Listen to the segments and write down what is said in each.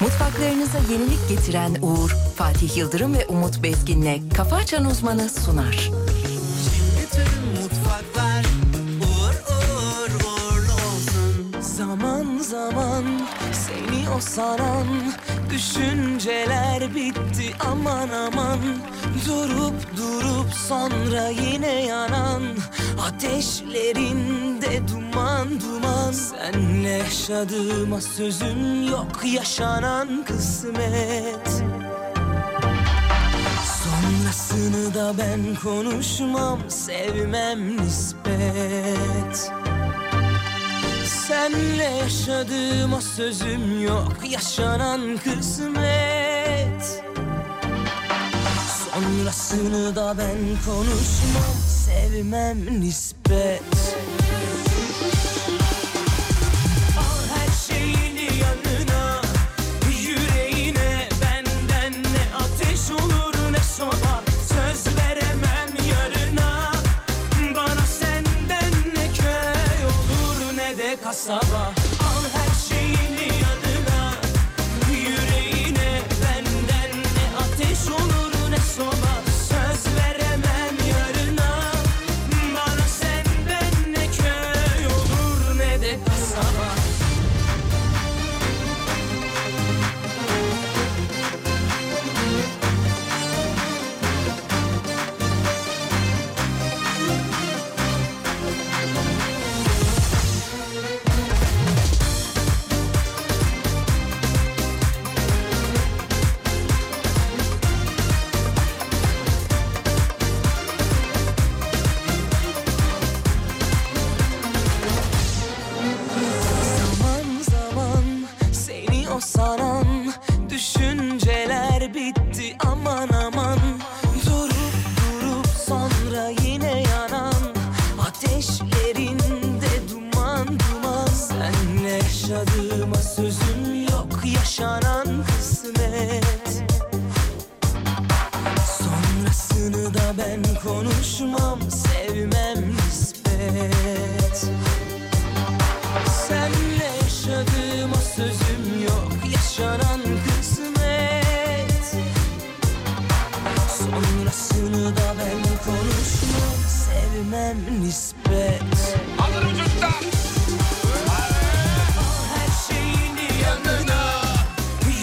Mutfaklarınıza yenilik getiren Uğur, Fatih Yıldırım ve Umut Bezgin'le Kafa Açan Uzmanı sunar. Bütün mutfaklar uğur uğur uğurlu olsun. Zaman zaman seni o saran düşünceler bitti aman aman. Durup durup sonra yine yanan ateşlerinde duman duman. Senle yaşadığıma sözüm yok yaşanan kısmet. Sonrasını da ben konuşmam, sevmem nispet. Senle yaşadığıma sözüm yok, yaşanan kısmet. Sonrasını da ben konuşmam, sevmem nispet. Al her şeyini yanına, yüreğine benden ne ateş olur ne soba. Söz veremem yarına, bana senden ne köy olur ne de kasaba. Al her şeyini yanına, yüreğine benden ne ateş olur ne soba. Söz veremem yarına, bana senden ne köy olur ne de kasaba. Zaman zaman seni o saran düşünceler bitti aman aman Durup durup sonra yine yanan ateşlerinde duman duman Senle yaşadığıma sözüm yok yaşanan kısmet Sonrasını da ben konuşmam sevmem nispet Senle yaşadığıma sözüm yok Yaşanan kısmet Sonrasını da ben konuşmam Sevmem nispet Hazırım çocuklar. Her şeyini yanına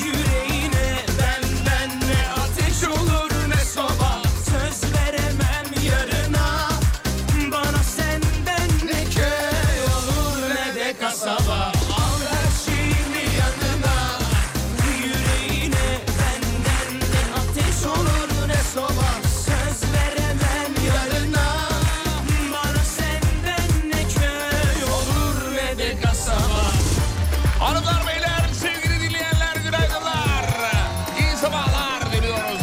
Yüreğine benden ne ateş olur ne soba Söz veremem yarına Bana senden ne köy olur ne de kasaba Al her şeyini yanına Yüreğine benden ne ateş olur ne soba Söz veremem yarına Bana senden ne köy olur ne de kasaba Hanımlar beyler sevgili dinleyenler günaydınlar. İyi sabahlar diliyoruz.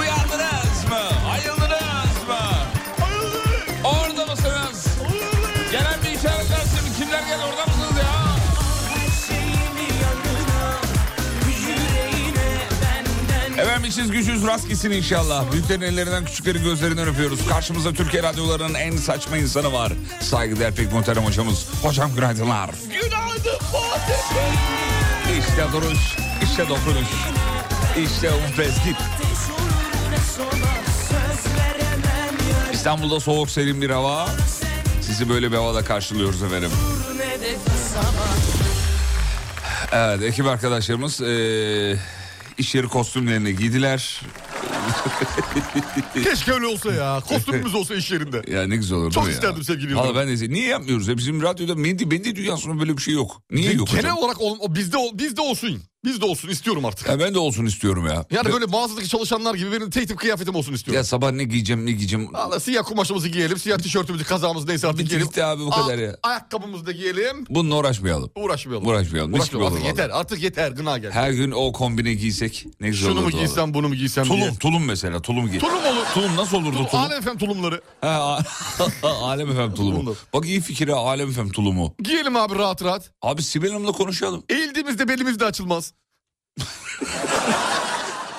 Uyandınız mı? Ayıldınız mı? Ayıldık. Orada mısınız? Gelen bir işaret versin. Kimler geldi orada mısınız ya? Efendim işsiz güçsüz rast gitsin inşallah. Büyüklerin ellerinden küçüklerin gözlerinden öpüyoruz. Karşımızda Türkiye radyolarının en saçma insanı var. Saygıdeğer pek muhterem hocamız. Hocam günaydınlar. Günaydın İşte duruş, işte dokunuş. İşte Umut Bezgin. İstanbul'da soğuk serin bir hava. Sizi böyle bir havada karşılıyoruz efendim. Evet ekip arkadaşlarımız eee iş yeri kostümlerini giydiler. Keşke öyle olsa ya. Kostümümüz olsa iş yerinde. Ya ne güzel olur Çok değil mi ya? isterdim sevgili Yıldırım. Valla ben de niye yapmıyoruz? Ya? Bizim radyoda medya, medya dünyasında böyle bir şey yok. Niye yok Genel hocam? olarak ol- o bizde ol- bizde olsun. Bizde olsun istiyorum artık. Ya ben de olsun istiyorum ya. Yani Ya- böyle mağazadaki çalışanlar gibi benim tek tip kıyafetim olsun Ya istiyorum. sabah ne giyeceğim ne giyeceğim. Valla siyah kumaşımızı giyelim, siyah tişörtümüzü, kazağımızı neyse artık Bitti giyelim. gitti abi bu Aa, kadar ya. Ayakkabımızı da giyelim. Bununla uğraşmayalım. Uğraşmayalım. Uğraşmayalım, mis gibi Uğraşmayalım. Artık olur yeter, artık yeter. Gına gel. Her gün o kombine giysek ne güzel Şunu mu olurdu valla. giysem, bunu mu giysem diye. Tulum, tulum mesela tulum giy. Tulum olur. Tulum nasıl olurdu tulum? Alem efendim tulumları. He, a- Alem efem tulumu. Tulumdur. Bak iyi fikir ha Alem efem tulumu. Giyelim abi rahat rahat. Abi Sibel Hanım'la konuşalım. Eğildiğimizde belimiz de açılmaz.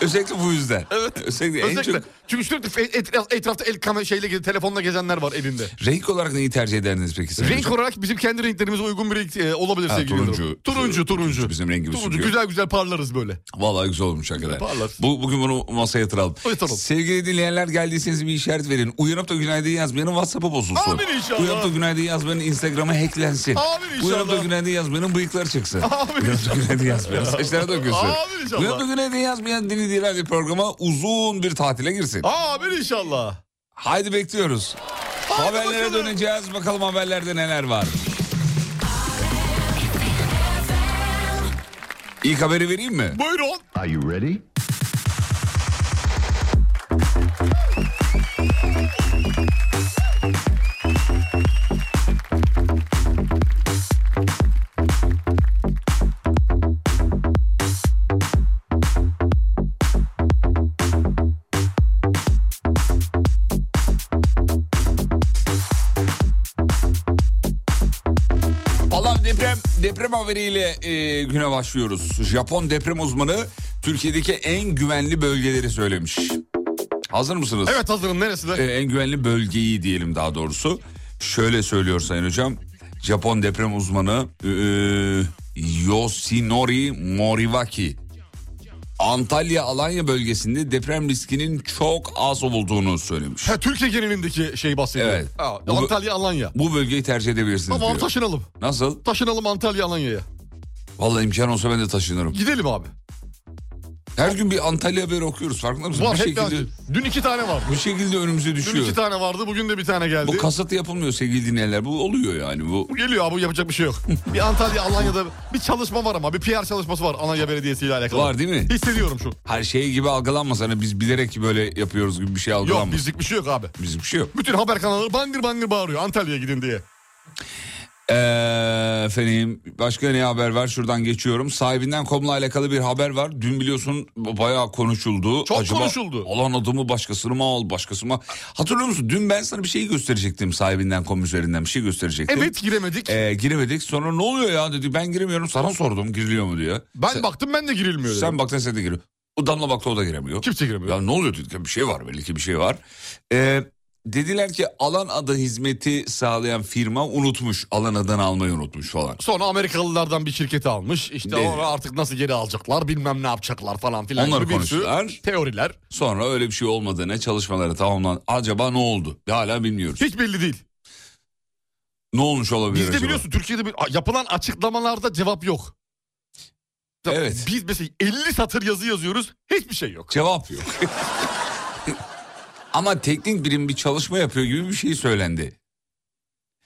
Özellikle bu yüzden. Evet. Özellikle, Özellikle. en çok Çünkü sürekli fe- etraf- etrafta el kamera şeyle ge- telefonla gezenler var elinde. renk olarak neyi tercih ederdiniz peki? sen? Renk olarak bizim kendi renklerimize uygun bir renk e, olabilir Ha, sevgili turuncu. Yıldırım. Turuncu, turuncu. Bizim rengimiz Turuncu, çünkü. güzel güzel parlarız böyle. Vallahi güzel olmuş hakikaten. Parlar. Bu, bugün bunu masaya yatıralım. Yatıralım. Sevgili dinleyenler geldiyseniz bir işaret verin. Uyanıp da günaydın yazmayanın WhatsApp'ı bozulsun. Amin inşallah. Uyanıp da günaydın yazmayanın Instagram'ı hacklensin. Amin inşallah. Uyanıp da günaydın yazmayanın bıyıkları çıksın. Amin Uyanıp da günaydın yazmayanın saçları dökülsün. Amin inşallah. Uyanıp da günaydın yazmayan Dini Dilali programa uzun bir tatile girsin. Amin inşallah. Haydi bekliyoruz. Haberlere bakalım. döneceğiz. Bakalım haberlerde neler var. İlk haberi vereyim mi? Buyurun. Are you ready? Allah'ım deprem deprem haberiyle e, güne başlıyoruz. Japon deprem uzmanı Türkiye'deki en güvenli bölgeleri söylemiş. Hazır mısınız? Evet hazırım neresi E, en güvenli bölgeyi diyelim daha doğrusu. Şöyle söylüyor Sayın Hocam. Japon deprem uzmanı e, Yoshinori Moriwaki. Antalya Alanya bölgesinde deprem riskinin çok az olduğunu söylemiş. Ha, Türkiye genelindeki şey bahsediyor. Evet. Ha, Bu- Antalya, Alanya. Bu bölgeyi tercih edebilirsiniz Tamam diyor. taşınalım. Nasıl? Taşınalım Antalya, Alanya'ya. Vallahi imkan olsa ben de taşınırım. Gidelim abi. Her gün bir Antalya haberi okuyoruz farkında mısın? Var bu hep şekilde ben- Dün iki tane vardı. bu şekilde önümüze Dün düşüyor. iki tane vardı, bugün de bir tane geldi. Bu kasıtlı yapılmıyor sevgili dinleyenler. Bu oluyor yani. Bu Bu geliyor abi yapacak bir şey yok. bir Antalya, Alanya'da bir çalışma var ama bir PR çalışması var Alanya Belediyesi ile alakalı. Var değil mi? Hissediyorum şu. her şey gibi algılanmasa hani biz bilerek böyle yapıyoruz gibi bir şey Yok algılanmasın. bizlik bir şey yok abi. Bizim bir şey yok. Bütün haber kanalları bandır bandır bağırıyor Antalya'ya gidin diye. Ee, efendim başka ne haber var? Şuradan geçiyorum. Sahibinden komla alakalı bir haber var. Dün biliyorsun bayağı konuşuldu. Çok konuşuldu. Olan adımı başkasını mı al başkasını mı al? Hatırlıyor musun? Dün ben sana bir şey gösterecektim sahibinden kom üzerinden bir şey gösterecektim. Evet giremedik. Ee, giremedik. Sonra ne oluyor ya dedi. Ben giremiyorum. Sana sordum giriliyor mu diye. ben sen, baktım ben de girilmiyor. dedim. Sen baktın sen de giriyor. O damla baktı o da giremiyor. Kimse giremiyor. Ya ne oluyor dedik. ya Bir şey var belli ki bir şey var. Ee, dediler ki alan adı hizmeti sağlayan firma unutmuş. Alan adını almayı unutmuş falan. Sonra Amerikalılardan bir şirketi almış. İşte Dedi. onu artık nasıl geri alacaklar bilmem ne yapacaklar falan filan. Onlar gibi bir sürü konuştular. Teoriler. Sonra öyle bir şey olmadığına çalışmaları tamamlan. Acaba ne oldu? Hala bilmiyoruz. Hiç belli değil. Ne olmuş olabilir Bizde acaba? biliyorsun Türkiye'de bir, yapılan açıklamalarda cevap yok. Ya Evet. Biz mesela 50 satır yazı yazıyoruz hiçbir şey yok. Cevap yok. Ama teknik birim bir çalışma yapıyor gibi bir şey söylendi.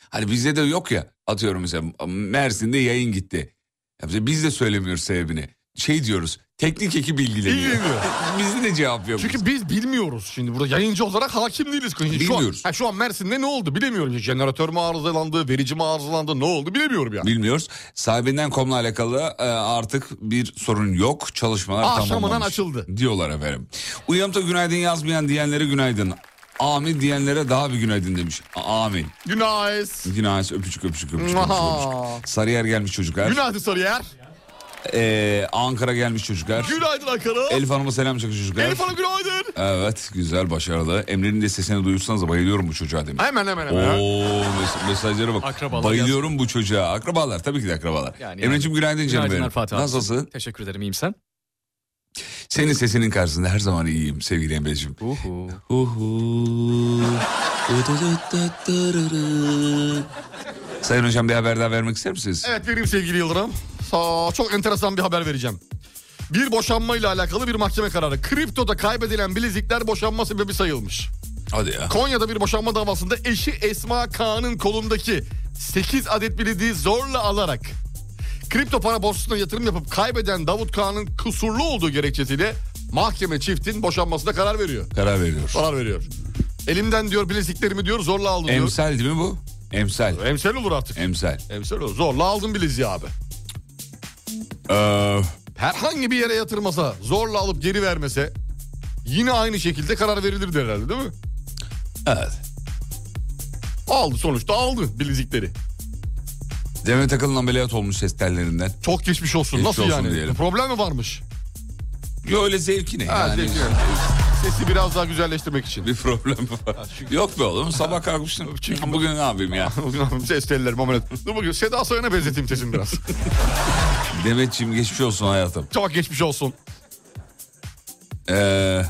Hani bizde de yok ya atıyorum mesela Mersin'de yayın gitti. Ya bize- biz de söylemiyoruz sebebini. Şey diyoruz teknik ekip bilgileniyor. İlgileniyor. bizde de cevap yok. Çünkü biz bilmiyoruz şimdi burada yayıncı olarak hakim değiliz. Şimdi Bilmiyoruz. Şu an, ha, şu an Mersin'de ne oldu bilemiyorum. Jeneratör mü arızalandı, verici mi arızalandı ne oldu bilemiyorum ya. Bilmiyoruz. Sahibinden komla alakalı e, artık bir sorun yok. Çalışmalar Aa, tamamlanmış. Şam'dan açıldı. Diyorlar efendim. Uyanıp da günaydın yazmayan diyenlere günaydın. Amin diyenlere daha bir günaydın demiş. A- Amin. Günaydın. Günaydın öpücük öpücük öpücük. öpücük, Aha. öpücük. Sarıyer gelmiş çocuklar. Günaydın Sarıyer. Ee, Ankara gelmiş çocuklar. Günaydın Ankara. Elif Hanım'a selam çakın çocuklar. Elif Hanım günaydın. Evet güzel başarılı. Emre'nin de sesini duyursanız da bayılıyorum bu çocuğa demiş. Hemen hemen Oo hemen. mes- mesajlara bak. Akrabalar bayılıyorum bu çocuğa. Akrabalar tabii ki de akrabalar. Yani yani. Emre'cim günaydın canım Günaydınlar benim. Fatih abi. Nasılsın? Teşekkür ederim iyiyim sen. Senin sesinin karşısında her zaman iyiyim sevgili Emre'cim. Uhu. Sayın hocam bir haber daha vermek ister misiniz? Evet vereyim sevgili Yıldırım. Aa, çok enteresan bir haber vereceğim. Bir boşanma ile alakalı bir mahkeme kararı. Kriptoda kaybedilen bilezikler boşanma sebebi sayılmış. Hadi ya. Konya'da bir boşanma davasında eşi Esma Kağan'ın kolundaki 8 adet bileziği zorla alarak kripto para borsasına yatırım yapıp kaybeden Davut Kağan'ın kusurlu olduğu gerekçesiyle mahkeme çiftin boşanmasına karar veriyor. Karar veriyor. Karar veriyor. Elimden diyor bileziklerimi diyor zorla aldım diyor. Emsal değil mi bu? Emsal. Emsel olur artık. Emsal. Emsel olur. Zorla aldım bileziği abi. Ee, herhangi bir yere yatırmasa, zorla alıp geri vermese yine aynı şekilde karar verilirdi herhalde değil mi? evet. Aldı sonuçta aldı bilezikleri. Demet Akalın ameliyat olmuş ses tellerinden. Çok geçmiş olsun. Geçmiş Nasıl olsun yani? diyelim. Problem mi varmış? Yo öyle zevkine. Ha, yani. zevkine. Sesi biraz daha güzelleştirmek için. Bir problem var. Yok be oğlum sabah kalkmıştım. Çünkü bugün ne yapayım ya? Ses telleri ameliyat. Dur bakayım Seda Sayan'a benzeteyim sesini biraz. Demetciğim geçmiş olsun hayatım. Çok geçmiş olsun. Ee,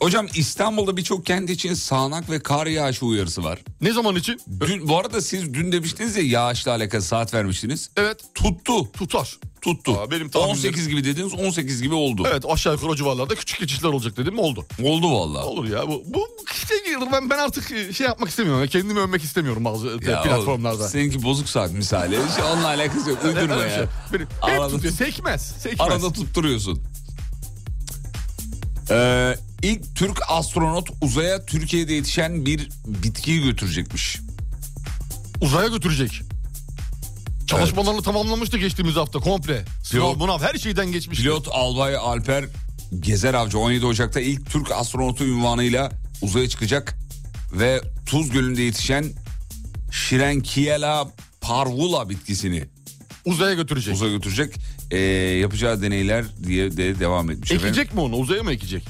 hocam İstanbul'da birçok kent için sağanak ve kar yağışı uyarısı var. Ne zaman için? Dün, bu arada siz dün demiştiniz ya yağışla alakalı saat vermiştiniz. Evet. Tuttu. Tutar. Tuttu. Aa, benim tahminim. 18 gibi dediniz 18 gibi oldu. Evet aşağı yukarı o civarlarda küçük geçişler olacak dedim oldu. Oldu valla. Olur ya bu, bu işte ben, ben artık şey yapmak istemiyorum. ya, Kendimi övmek istemiyorum bazı e, Ya platformlarda. oğlum, Seninki bozuk saat misali. Hiç onunla alakası yok. Uydurma Öyle bir şey. ya. Benim, hep Arada- tutuyor. Sekmez. Sekmez. Arada tutturuyorsun. Ee, ilk Türk astronot uzaya Türkiye'de yetişen bir bitkiyi götürecekmiş. Uzaya götürecek. Çalışmalarını tamamlamıştı geçtiğimiz hafta komple. Sınav, Pilot- bunav her şeyden geçmişti. Pilot Albay Alper Gezer Avcı 17 Ocak'ta ilk Türk astronotu ünvanıyla uzaya çıkacak ve Tuz Gölü'nde yetişen Şirenkiela parvula bitkisini Uzaya götürecek. uzaya götürecek. Ee, yapacağı deneyler diye de devam etmiş. efendim. Ekecek mi onu? Uzaya mı ekecek?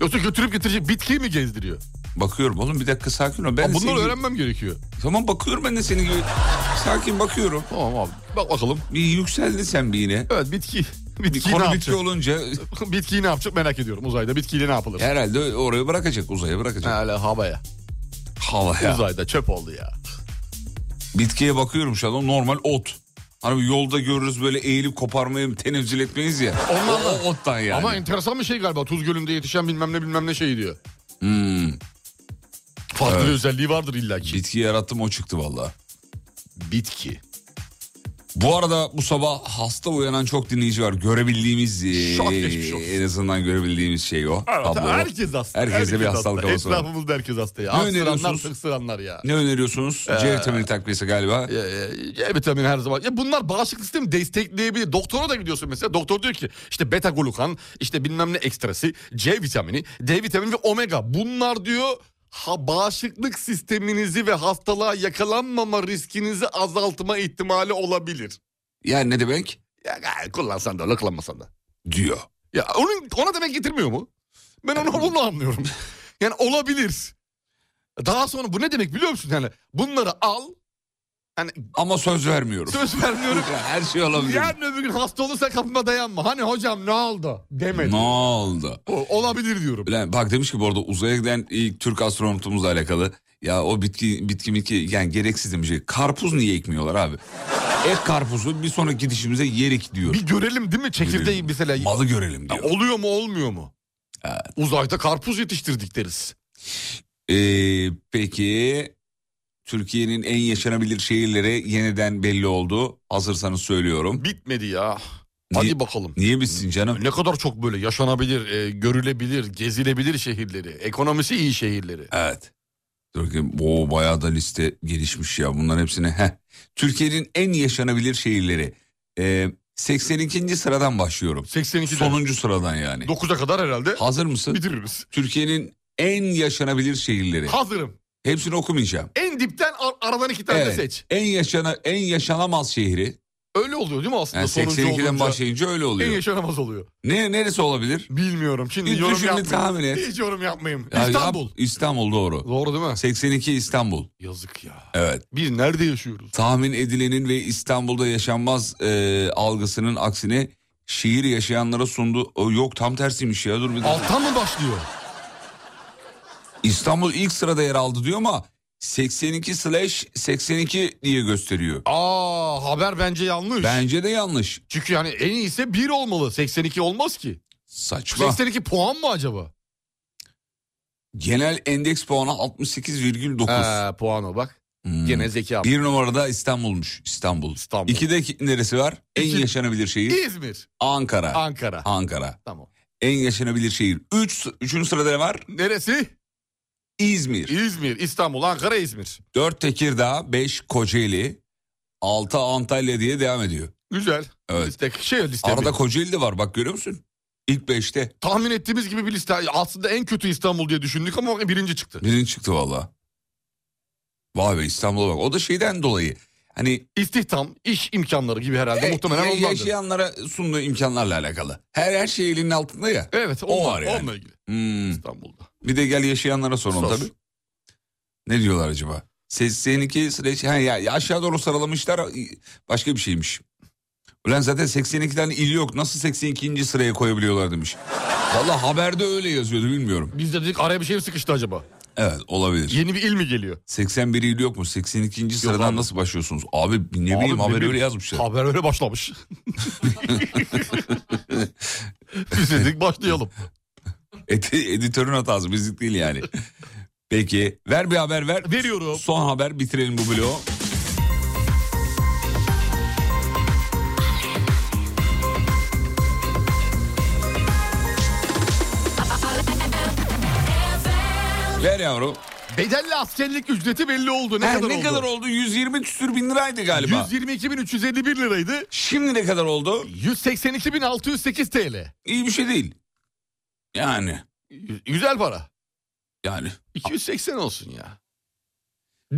Yoksa götürüp getirecek bitkiyi mi gezdiriyor? Bakıyorum oğlum bir dakika sakin ol. Ben Aa, de bunları senin- öğrenmem gerekiyor. Tamam bakıyorum ben de senin gibi. Sakin bakıyorum. Tamam abi. Bak bakalım. Bir yükseldin sen bir yine. Evet bitki. Bir Bitki ne konu yapacak? bitki olunca bitkiyi ne yapacak merak ediyorum uzayda. Bitkiyle ne yapılır? herhalde oraya bırakacak uzaya bırakacak. Hala havaya. Havaya. Uzayda çöp oldu ya. Bitkiye bakıyorum şu an normal ot. Hani bir yolda görürüz böyle eğilip koparmayı tenezzül etmeyiz ya. Ondan o, o ottan yani. Ama enteresan bir şey galiba. Tuz Gölü'nde yetişen bilmem ne bilmem ne şeyi diyor. Farklı bir özelliği vardır illaki. Hmm. Bitki yarattım o çıktı valla. Bitki. Bu arada bu sabah hasta uyanan çok dinleyici var. Görebildiğimiz e, Şok geçmiş olsun. en azından görebildiğimiz şey o. Evet, tablo. herkes hasta. Herkeste bir hastalık hasta. havası var. Etrafımızda herkes hasta ya. Ne Hapsıranlar öneriyorsunuz? tıksıranlar ya. Ne öneriyorsunuz? Ee, C vitamini takviyesi galiba. E, e, E vitamini her zaman. Ya bunlar bağışıklık sistemi destekleyebilir. Doktora da gidiyorsun mesela. Doktor diyor ki işte beta glukan, işte bilmem ne ekstrası, C vitamini, D vitamini ve omega. Bunlar diyor ha, bağışıklık sisteminizi ve hastalığa yakalanmama riskinizi azaltma ihtimali olabilir. Yani ne demek? Ya, ya, kullansan da öyle kullanmasan da. Diyor. Ya onun, ona demek getirmiyor mu? Ben onu, onu anlıyorum. Yani olabilir. Daha sonra bu ne demek biliyor musun? Yani bunları al. Yani Ama söz vermiyorum. söz vermiyorum. Ya Her şey olabilir. Yarın öbür gün hasta olursa kapıma dayanma. Hani hocam ne oldu? Demedi. Ne oldu? O- Olabilir diyorum. Ulan bak demiş ki bu arada uzaya giden ilk Türk astronotumuzla alakalı. Ya o bitki bitki bitki yani gereksiz demiş. Karpuz niye ekmiyorlar abi? Ek karpuzu bir sonraki gidişimize yerik diyor. Bir görelim değil mi çekirdeği Görelim. mesela. Malı görelim Ya diyor. Oluyor mu olmuyor mu? Uzayda karpuz yetiştirdik deriz. Ee, peki Türkiye'nin en yaşanabilir şehirleri yeniden belli oldu. Hazırsanız söylüyorum. Bitmedi ya. Niye- Hadi bakalım. Niye bitsin canım? Ne kadar çok böyle yaşanabilir, e, görülebilir, gezilebilir şehirleri. Ekonomisi iyi şehirleri. Evet. Türkiye, o bayağı da liste gelişmiş ya bunların hepsine. Heh. Türkiye'nin en yaşanabilir şehirleri. Ee, 82. sıradan başlıyorum. 82 Sonun... Sonuncu sıradan yani. 9'a kadar herhalde Hazır mısın? bitiririz. Türkiye'nin en yaşanabilir şehirleri. Hazırım. Hepsini okumayacağım. En dipten ar- aradan iki tane de Evet. seç. En yaşana en yaşanamaz şehri. Öyle oluyor değil mi aslında? Yani Sonuncu 82'den olunca başlayınca öyle En oluyor. yaşanamaz oluyor. ne neresi olabilir? Bilmiyorum. Şimdi Bir yorum düşünün, yapmayayım. tahmin et. Hiç yorum yapmayayım. Ya yap- İstanbul. İstanbul doğru. Doğru değil mi? 82 İstanbul. Yazık ya. Evet. Biz nerede yaşıyoruz? Tahmin edilenin ve İstanbul'da yaşanmaz e, algısının aksine şehir yaşayanlara sundu. O, yok tam tersiymiş ya dur bir dakika. Alttan mı başlıyor? İstanbul ilk sırada yer aldı diyor ama 82 slash 82 diye gösteriyor. Aa haber bence yanlış. Bence de yanlış. Çünkü yani en iyisi 1 olmalı. 82 olmaz ki. Saçma. 82 puan mı acaba? Genel endeks puanı 68,9. He puan o bak. Hmm. Gene zeki abi. Bir numarada İstanbul'muş. İstanbul. İstanbul. İkide ki- neresi var? En İki- yaşanabilir şehir İzmir. Ankara. Ankara. Ankara. Tamam. En yaşanabilir şehir. Üç, üçüncü sırada ne var? Neresi? İzmir. İzmir, İstanbul, Ankara, İzmir. Dört Tekirdağ, beş Kocaeli, altı Antalya diye devam ediyor. Güzel. Evet. Liste, şey liste. Arada Kocaeli de var bak görüyor musun? İlk beşte. Tahmin ettiğimiz gibi bir liste. Aslında en kötü İstanbul diye düşündük ama bak birinci çıktı. Birinci çıktı valla. Vay be İstanbul'a bak. O da şeyden dolayı. Hani İstihdam, iş imkanları gibi herhalde e, muhtemelen ya- ondandır. yaşayanlara sunduğu imkanlarla alakalı. Her her şey elinin altında ya. Evet, O onunla, var yani. onunla ilgili Hmm. İstanbul'da. Bir de gel yaşayanlara soralım Sor. tabii. Ne diyorlar acaba? Ses seninki süreç ha, ya, ya aşağı doğru sıralamışlar i- başka bir şeymiş. Ulan zaten 82 tane il yok. Nasıl 82. sıraya koyabiliyorlar demiş. Valla haberde öyle yazıyordu bilmiyorum. Biz de dedik araya bir şey mi sıkıştı acaba? Evet olabilir. Yeni bir il mi geliyor? 81 il yok mu? 82. sıradan abi. nasıl başlıyorsunuz? Abi ne Abi bileyim ne haberi bileyim. öyle yazmışlar. Haber öyle başlamış. Biz dedik başlayalım. Ed- editörün hatası bizlik değil yani. Peki ver bir haber ver. Veriyorum. Son haber bitirelim bu bloğu. Ver yavrum. Bedelli askerlik ücreti belli oldu. Ne Ne, kadar ne oldu? kadar oldu? 120 küsür bin liraydı galiba. 122.351 liraydı. Şimdi ne kadar oldu? 182.608 TL. İyi bir şey değil. Yani. Güzel para. Yani. 280 olsun ya.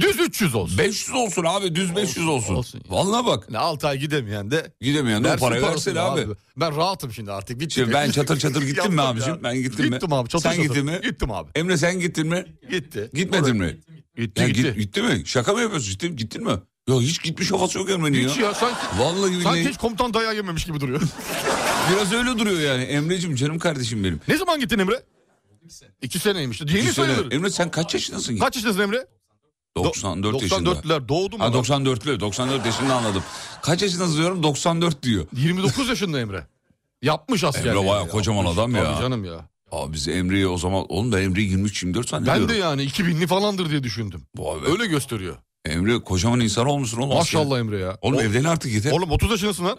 Düz 300 olsun. 500 olsun abi düz 500 olsun. olsun ya. Vallahi bak Yani 6 ay gidemeyen de gidemeyen de o versin parayı versin parasını abi. Ben rahatım şimdi artık. Bitti. Şimdi ben çatır çatır gittim mi Yaptım abicim? ya. Ben gittim, mi? Gittim abi çatır Sen çatır. gittin mi? Gittim abi. Emre sen gittin mi? Gitti. Gitmedin mi? Gitti Ya git- gitti. gitti. mi? Şaka mı yapıyorsun? Gittin, gittin mi? Ya hiç gitmiş havası yok Emre'nin ya. Hiç ya sanki, Vallahi sanki billahi hiç komutan dayağı yememiş gibi duruyor. biraz öyle duruyor yani. Emre'cim canım kardeşim benim. ne zaman gittin Emre? İki seneymiş. Yeni Bir sene- sayılır. Emre sen kaç yaşındasın? ki? Kaç yaşındasın Emre? Do- 94 yaşında. 94'lüler doğdu mu? Ha 94'lü. 94 yaşında anladım. Kaç yaşındasın diyorum 94 diyor. 29 yaşında Emre. Yapmış askerliği. Emre bayağı ya. kocaman adam Tabii ya. canım ya. Abi biz Emre'yi o zaman onun da Emre 23-24 zannediyorum. Ben de yani 2000'li falandır diye düşündüm. Vay be. Öyle gösteriyor. Emre kocaman insan olmuşsun oğlum. asker. Maşallah Emre ya. Oğlum O- evlen artık yeter. Oğlum 30 yaşındasın lan.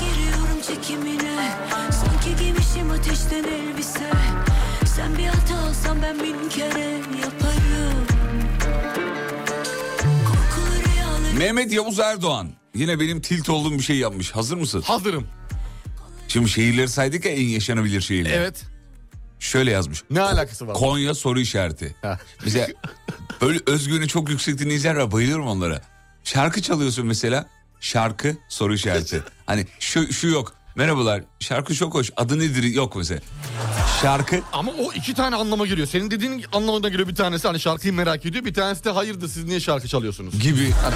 Giriyorum çekimine Sanki giymişim ateşten elbise Sen bir hata alsan ben bin kere yaparım Korkuları alır Mehmet Yavuz Erdoğan. Yine benim tilt olduğum bir şey yapmış. Hazır mısın? Hazırım. Şimdi şehirleri saydık ya en yaşanabilir şehirler. Evet. Şöyle yazmış. Ne alakası var? Konya soru işareti. Ha. Bize böyle özgüveni çok yüksek dinleyiciler var. Bayılıyorum onlara. Şarkı çalıyorsun mesela. Şarkı soru işareti. hani şu, şu yok. Merhabalar. Şarkı çok hoş. Adı nedir? Yok mesela. Şarkı. Ama o iki tane anlama geliyor. Senin dediğin anlamına geliyor bir tanesi hani şarkıyı merak ediyor. Bir tanesi de hayırdır siz niye şarkı çalıyorsunuz? gibi. Hani-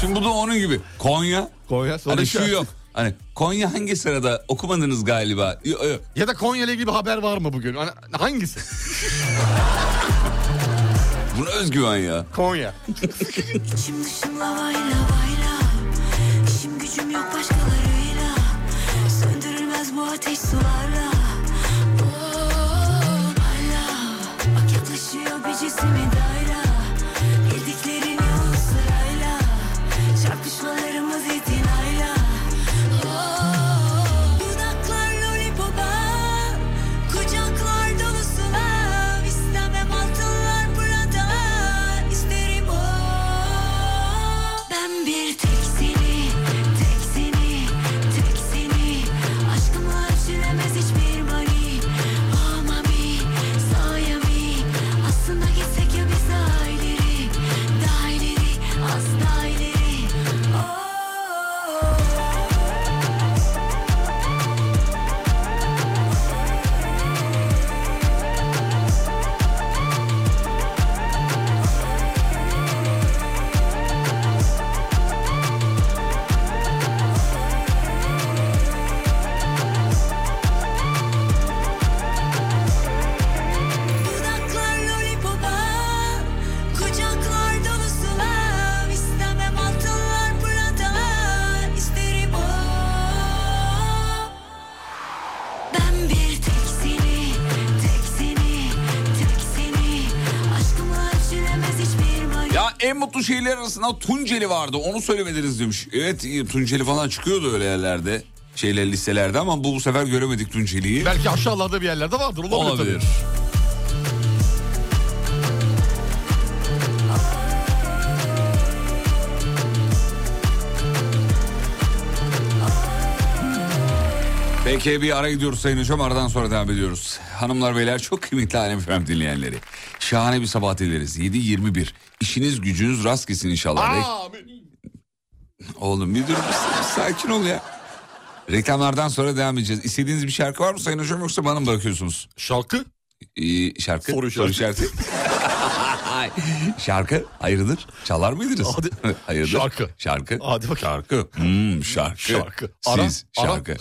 Şimdi bu da onun gibi. Konya. Konya soru Hani şu işareti. yok. Hani Konya hangi sırada okumadınız galiba? Yo- yo. Ya da Konya ile ilgili bir haber var mı bugün? Hani hangisi? Buna özgüven ya. Konya. İçim dışım lavayla bayla İşim gücüm yok başkalarıyla Söndürülmez bu ateş sularla Oh, hala Bak yaklaşıyor bir cismi daire Bildiklerin yol sırayla Çarpışmalarımız itinayla Oh, Dudaklar lollipopa Kucaklar dolusu ev İstemem altınlar burada İsterim o Ben bir tek seni Tek seni Tek seni Aşkımla ölçülemez hiçbir mani Oh mami Sayami Aslında gitsek ya biz daha ileri Daha ileri Asla ileri Oh Dudaklar lollipopa Kucaklar dolusu ev İstemem altınlar burada İsterim o Ben bir tek seni Tek seni Tek seni Aşkımla ölçülemez hiçbir mani Ya en mutlu şehirler arasında Tunceli vardı. Onu söylemediniz demiş. Evet iyi, Tunceli falan çıkıyordu öyle yerlerde. Şeyler listelerde ama bu sefer göremedik Tunceli'yi. Belki aşağılarda bir yerlerde vardır. Olabilir. Olabilir. tabii. Peki bir ara gidiyoruz Sayın Hocam aradan sonra devam ediyoruz. Hanımlar beyler çok kıymetli Alem Efendim dinleyenleri. Şahane bir sabah dileriz. 7.21. İşiniz gücünüz rast gitsin inşallah. Re- Amin. Oğlum bir dur bir sakin ol ya. Reklamlardan sonra devam edeceğiz. İstediğiniz bir şarkı var mı Sayın Hocam yoksa bana mı bırakıyorsunuz? Şarkı? Ee, şarkı? Soru şarkı. şarkı hayırdır? Çalar mıydınız? Hadi. hayırdır? Şarkı. Şarkı. Hadi bakayım. Şarkı. Hmm, şarkı. Şarkı. Siz Ara, ara. şarkı.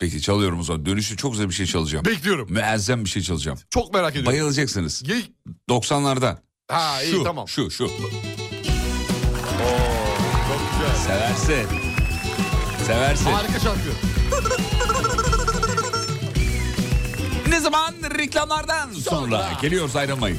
Peki çalıyorum o zaman. Dönüşte çok güzel bir şey çalacağım. Bekliyorum. Müezzem bir şey çalacağım. Çok merak ediyorum. Bayılacaksınız. Ye- 90'lardan. Ha iyi şu, tamam. Şu şu. Seversin. Seversin. Harika şarkı. Ne zaman reklamlardan sonra geliyoruz ayrılmayın.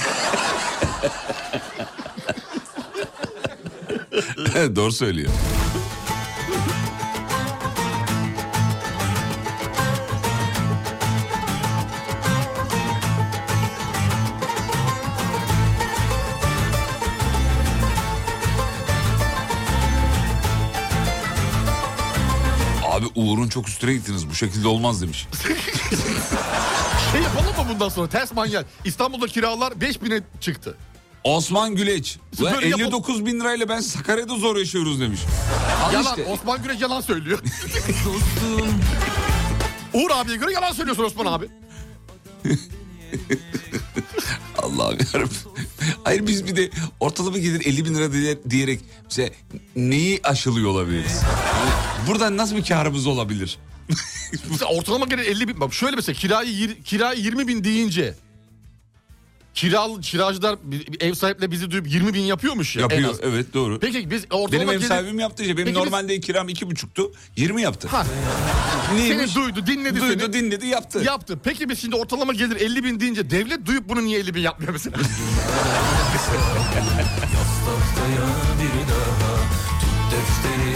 Evet, Doğru söylüyor. Abi Uğur'un çok üstüne gittiniz. Bu şekilde olmaz demiş. şey yapalım mı bundan sonra? Ters manyak. İstanbul'da kiralar 5000'e çıktı. Osman Güleç. Ulan Böyle yapalım. 59 bin lirayla ben Sakarya'da zor yaşıyoruz demiş. Al Yalan. işte. Osman Güneş yalan söylüyor. Uğur abiye göre yalan söylüyorsun Osman abi. Allah'ım yarabbim. Hayır biz bir de ortalama gelir 50 bin lira diye- diyerek mesela neyi aşılıyor olabiliriz? Yani Buradan nasıl bir karımız olabilir? Mesela ortalama gelen 50 bin. Bak şöyle mesela kirayı, yir- kirayı 20 bin deyince kiral, kiracılar bir- bir ev sahiple bizi duyup 20 bin yapıyormuş ya. en Yapıyor az. evet doğru. Peki biz ortalama benim ev gelir- sahibim yaptı işte. Benim Peki biz- normalde kiram iki buçuktu. 20 yaptı. Ha, Neymiş? seni duydu dinledi Duydu seni. dinledi yaptı. Yaptı. Peki biz şimdi ortalama gelir 50 bin deyince devlet duyup bunu niye 50 bin yapmıyor mesela?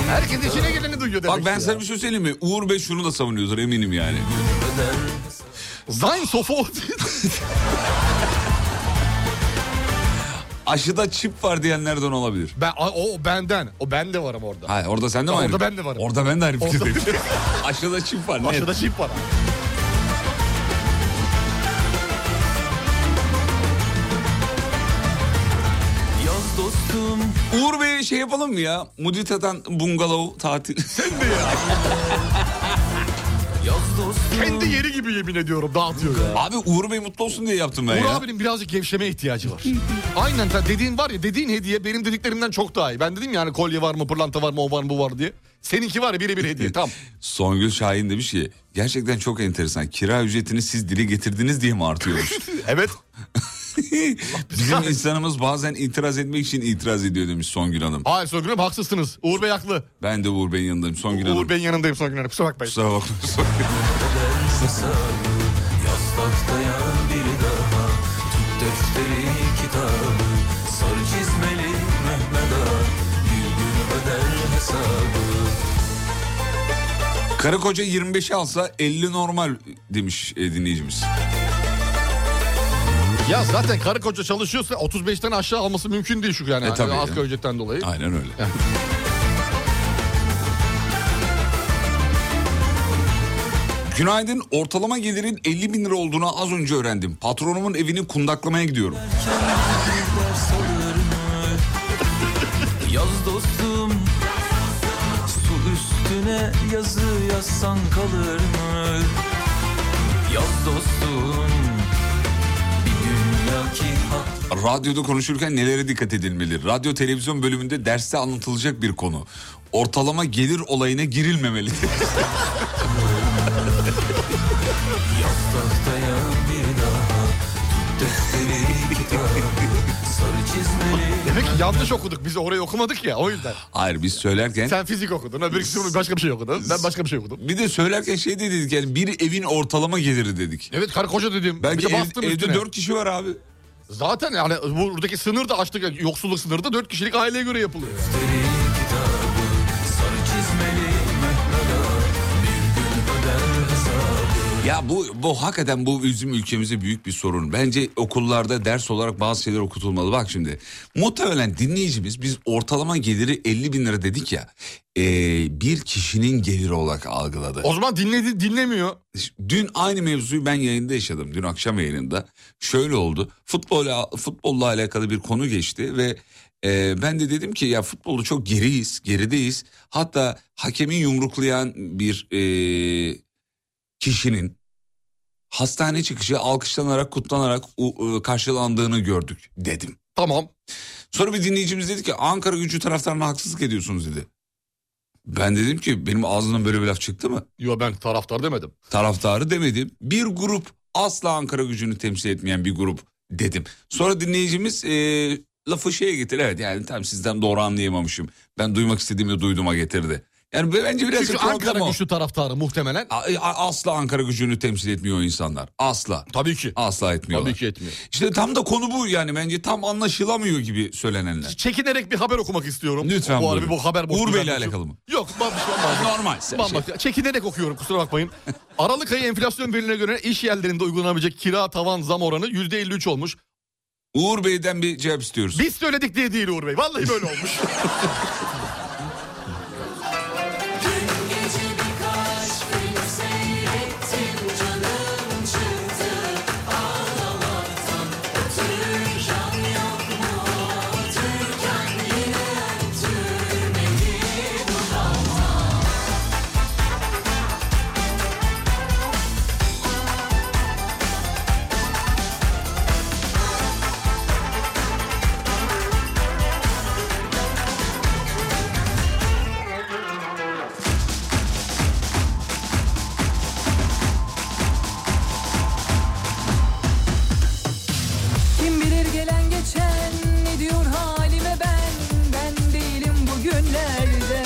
Herkes içine geleni duyuyor demek Bak ben ki sana ya. bir şey söyleyeyim mi? Uğur Bey şunu da savunuyordur eminim yani. Zayn Sofo Aşıda çip var diyenlerden olabilir. ben, o benden. O bende varım orada. Hayır orada sen de mi Orada aynı? ben de varım. Orada ben de aynı Orada- fikirdeyim. Aşıda çip var. net. Aşağıda çip var. Yaz dostum Uğur Bey'e şey yapalım mı ya? Mudita'dan bungalov tatil. Yaz dostum Kendi yeri gibi yemin ediyorum dağıtıyor ya. Abi Uğur Bey mutlu olsun diye yaptım ben Uğur ya. abinin birazcık gevşemeye ihtiyacı var. Aynen ta- dediğin var ya dediğin hediye benim dediklerimden çok daha iyi. Ben dedim yani kolye var mı pırlanta var mı o var mı bu var diye. Seninki var ya birebir hediye tam. Songül Şahin demiş ki gerçekten çok enteresan. Kira ücretini siz dile getirdiniz diye mi artıyormuş? Evet. Bizim insanımız bazen itiraz etmek için itiraz ediyor demiş Songül Hanım. Hayır Songül Hanım haksızsınız. Uğur Bey haklı. Ben de Uğur Bey'in yanındayım Songül Hanım. Uğur Bey'in yanındayım Songül Hanım kusura bakmayın. Kusura bakma. Songül. Yaslaktayam biri daha Tut defteri kitabı Sarı çizmeli Mehmet Ağa Bir gün öder hesabı Karı koca 25'i alsa 50 normal demiş e, dinleyicimiz. Ya zaten karı koca çalışıyorsa 35'ten aşağı alması mümkün değil şu yani. E, tabii yani ya. asgari ücretten dolayı. Aynen öyle. Günaydın. Ortalama gelirin 50 bin lira olduğunu az önce öğrendim. Patronumun evini kundaklamaya gidiyorum. Yaz dostum Su üstüne yazı yazsan kalır mı? Yaz dostum Bir dünya ki hak Radyoda konuşurken nelere dikkat edilmeli? Radyo televizyon bölümünde derste anlatılacak bir konu. Ortalama gelir olayına girilmemeli. Tahtaya bir daha Tut defteri kitabı Sarı çizmeli Demek ki yanlış okuduk biz orayı okumadık ya o yüzden. Hayır biz söylerken... Sen fizik okudun öbürküsü başka bir şey okudun. Ben başka bir şey okudum. Bir de söylerken şey de dedik yani bir evin ortalama geliri dedik. Evet karı koca dedim. Belki bir de ev- bastım evde üstüne. 4 kişi var abi. Zaten yani buradaki sınır da açtık. yani Yoksulluk sınırı da 4 kişilik aileye göre yapılıyor. Defteri kitabı Sarı çizmeli Mehmet Ağa Bir gün öder hesabı Ya bu bu hakikaten bu bizim ülkemize büyük bir sorun. Bence okullarda ders olarak bazı şeyler okutulmalı. Bak şimdi muhtemelen dinleyicimiz biz ortalama geliri 50 bin lira dedik ya. ee, bir kişinin geliri olarak algıladı. O zaman dinledi dinlemiyor. Dün aynı mevzuyu ben yayında yaşadım. Dün akşam yayınında. Şöyle oldu. Futbolla, futbolla alakalı bir konu geçti ve e, ben de dedim ki ya futbolu çok geriyiz, gerideyiz. Hatta hakemin yumruklayan bir e, kişinin hastane çıkışı alkışlanarak, kutlanarak u- e, karşılandığını gördük dedim. Tamam. Sonra bir dinleyicimiz dedi ki Ankara gücü taraftarına haksızlık ediyorsunuz dedi. Ben dedim ki benim ağzımdan böyle bir laf çıktı mı? Yo ben taraftar demedim. taraftarı demedim. Bir grup asla Ankara gücünü temsil etmeyen bir grup dedim. Sonra dinleyicimiz eee, lafı şeye getir. Evet yani tam sizden doğru anlayamamışım. Ben duymak istediğimi duyduğuma getirdi. Yani be- bence biraz Çünkü problem Ankara o. güçlü taraftarı muhtemelen. A- e, a- Asla Ankara gücünü temsil etmiyor o insanlar. Asla. Tabii ki. Asla etmiyorlar. Tabii ki etmiyor. İşte tam da konu bu yani bence tam anlaşılamıyor gibi söylenenler. Çekinerek bir haber okumak istiyorum. Lütfen Bu buyurun. arada bu haber boş Uğur bir Bey'le haber değil. alakalı mı? Yok bambaşka. Normal. şey. Bambaşka. Çekinerek okuyorum kusura bakmayın. Aralık ayı enflasyon verilerine göre iş yerlerinde uygulanabilecek kira tavan zam oranı %53 olmuş. Uğur Bey'den bir cevap istiyoruz. Biz söyledik diye değil Uğur Bey. Vallahi böyle olmuş. Kim bilir gelen geçen ne diyor halime ben Ben değilim bugünlerde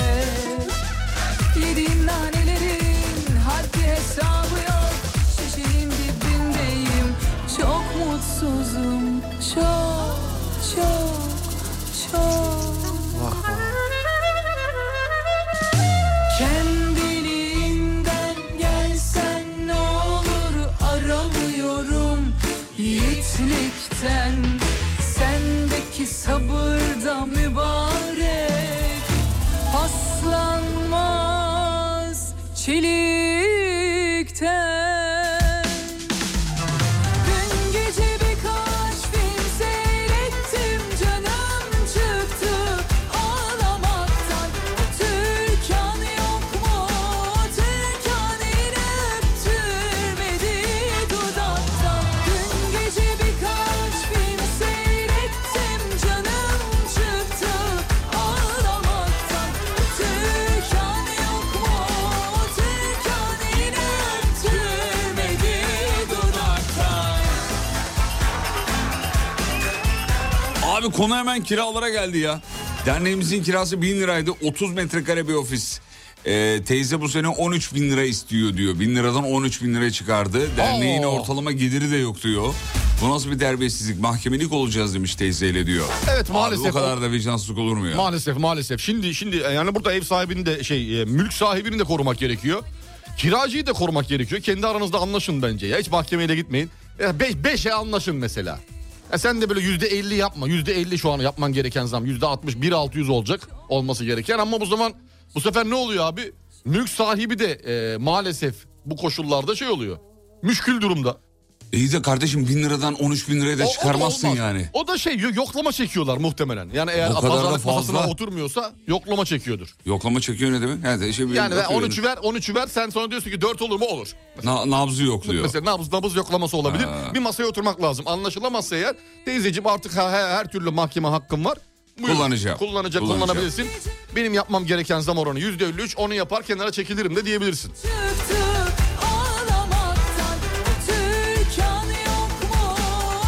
Yediğim nanelerin haddi hesabı yok Şişenin dibindeyim Çok mutsuzum Çok çok çok Kendiliğinden gelsen ne olur aramıyorum yiğitlikten Sendeki sabırda mübarek paslanmaz çelikten Dün gece birkaç film seyrettim canım çıktı ağlamaktan Türkan yok mu Türkan yine öptürmedi dudaktan Dün gece birkaç film seyrettim canım çıktı ağlamaktan Türkan yok mu Türkan yine öptürmedi dudaktan Abi konu hemen kiralara geldi ya. Derneğimizin kirası 1000 liraydı. 30 metrekare bir ofis. Ee, teyze bu sene 13 bin lira istiyor diyor. 1000 liradan 13 bin lira çıkardı. Derneğin Oo. ortalama geliri de yok diyor. Bu nasıl bir terbiyesizlik? Mahkemelik olacağız demiş teyzeyle diyor. Evet, maalesef Abi, o kadar da vicdansızlık olur mu ya? maalesef maalesef. Şimdi şimdi e, yani burada ev sahibini de şey e, mülk sahibini de korumak gerekiyor. Kiracıyı da korumak gerekiyor. Kendi aranızda anlaşın bence ya. Hiç mahkemeyle gitmeyin. Ya beş, beşe anlaşın mesela. Ya sen de böyle yüzde elli yapma. Yüzde elli şu an yapman gereken zam. Yüzde altmış, bir altı yüz olacak olması gereken. Ama bu zaman bu sefer ne oluyor abi? Mülk sahibi de e, maalesef bu koşullarda şey oluyor. Müşkül durumda. İyi de kardeşim 1000 liradan 13 bin liraya da O- o da çıkarmazsın olmaz. yani. O da şey yo- yoklama çekiyorlar muhtemelen. Yani eğer Bu kadar da pazarlık masasına fazla. oturmuyorsa yoklama çekiyordur. Yoklama çekiyor ne demek? Yani, şey, Yani ve bakıyor. 13'ü ver 13'ü ver sen sonra diyorsun ki 4 olur mu olur. Na- nabzı yokluyor. Mesela nabız nabız yoklaması olabilir. Ha. Bir masaya oturmak lazım. Anlaşılamazsa eğer teyzeciğim artık her, her, her türlü mahkeme hakkım var. Kullanacağım. Kullanacak, Kullanacağım. kullanabilirsin. Benim yapmam gereken zam oranı %53 onu yapar kenara çekilirim de diyebilirsin. çıktı ağlamaktan Türkan yok mu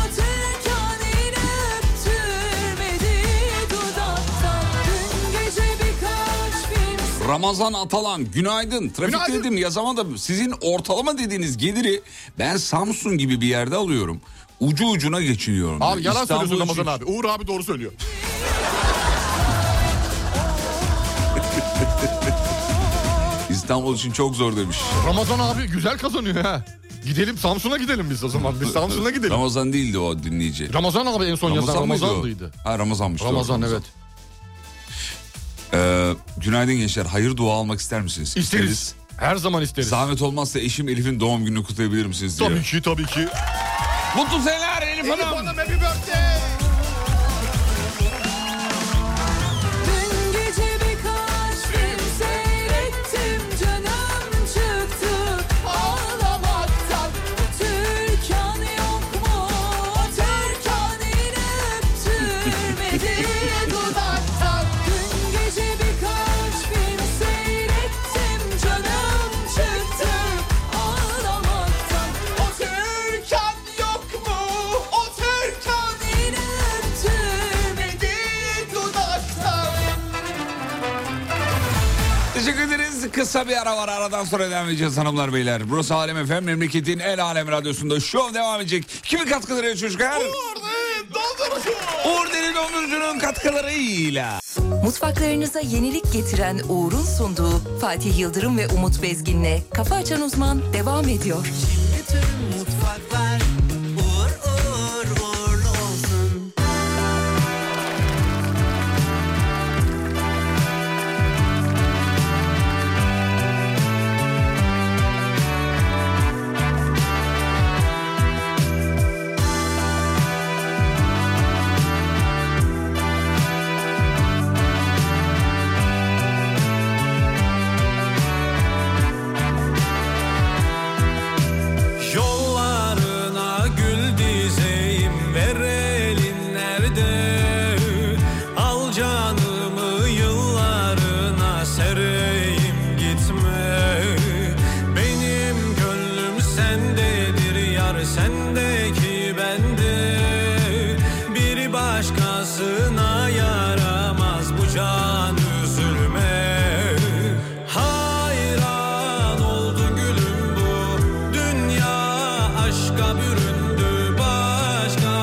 Türkan yine öptürmedi dudaktan Dün gece birkaç film Ramazan Atalan günaydın. Trafikte Günaydın. dedim yazamadım. Sizin ortalama dediğiniz geliri ben Samsun gibi bir yerde alıyorum. Ucu ucuna geçiniyorum. Abi diyor. yalan İstanbul söylüyorsun için- Ramazan abi. Uğur abi doğru söylüyor. İstanbul için çok zor demiş. Ramazan abi güzel kazanıyor ha. Gidelim Samsun'a gidelim biz o zaman. Biz Samsun'a gidelim. Ramazan değildi o dinleyici. Ramazan abi en son yazan mıydı o? Ramazan'dıydı. Ha Ramazanmış. doğru, Ramazan evet. Ee, günaydın gençler. Hayır dua almak ister misiniz? İsteriz. Her zaman isteriz. Zahmet olmazsa eşim Elif'in doğum gününü kutlayabilir misiniz diyor. Tabii ki tabii ki. Mutlu seneler Elif, Elif Hanım. Hanım happy birthday. Dün gece birkaç film seyrettim canım çıktı ağlamaktan Türkan yok mu? Türkan inip türmedi dudaktan Dün gece birkaç film seyrettim canım çıktı ağlamaktan O Türkan yok mu? O Türkan inip türmedi dudaktan Teşekkür ederiz. Kısa bir ara var. Aradan sonra devam edeceğiz hanımlar beyler. Burası Alem Efem. Memleketin El Alem Radyosu'nda şov devam edecek. Kimin katkıları çocuklar? Uğur Deli Dondurucu'nun katkılarıyla. Mutfaklarınıza yenilik getiren Uğur'un sunduğu Fatih Yıldırım ve Umut Bezgin'le Kafa Açan Uzman devam ediyor. Mutfaklar uğur uğur uğurlu olsun Yollarına gül dizeyim ver elin nerede Al canımı yıllarına sereyim gitme Benim gönlüm sendedir yar sendeki bende Bir başkasına yaramaz bu can üzülme Hayran oldu gülüm bu Dünya aşka büründü Başka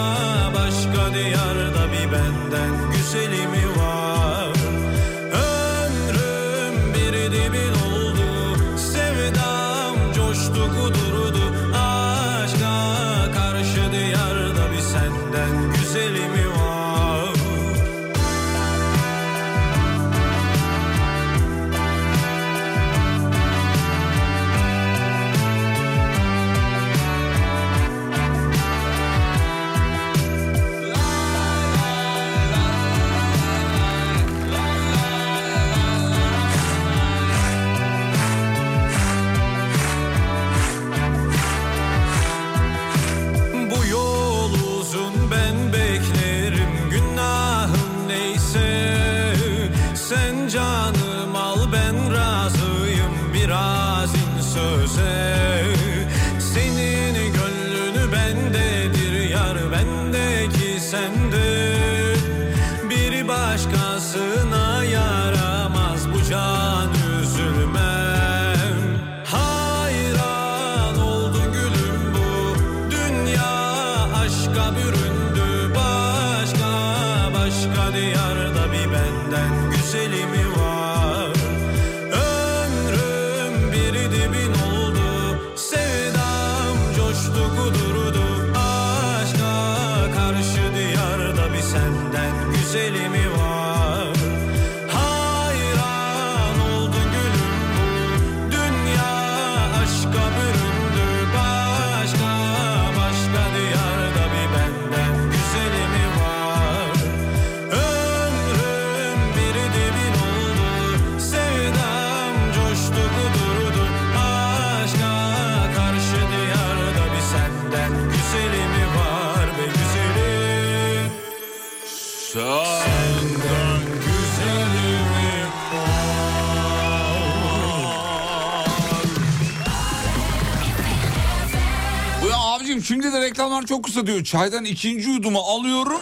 başka diyarda bir benden güzeli mi var Ömrüm bir dibin oldu Sevdam coştu kudurdu Aşka karşı diyarda bir senden güzeli mi var Bu yol uzun ben beklerim günahım neyse Sen canım al ben razıyım biraz in söze Senin gönlünü bendedir yar bendeki sende Bir başkasına yaramaz bu can üzülmem Hayran oldu gülüm bu Dünya aşka büründü Başka başka diyarda bir benden güzeli mi var Ömrüm bir dibin oldu Sevdam coştu kudurdu Aşka karşı diyarda bir senden güzeli mi var Hayran oldu gülüm bu Dünya aşka büründü Başka başka diyarda bir benden güzeli mi var Ömrüm bir dibin oldu Sevdam coştu kudurdu Aşka karşı diyarda bir senden güzeli mi var be güzelim Senden güzeli mi Bu ya abicim şimdi de reklamlar çok kısa diyor. Çaydan ikinci yudumu alıyorum.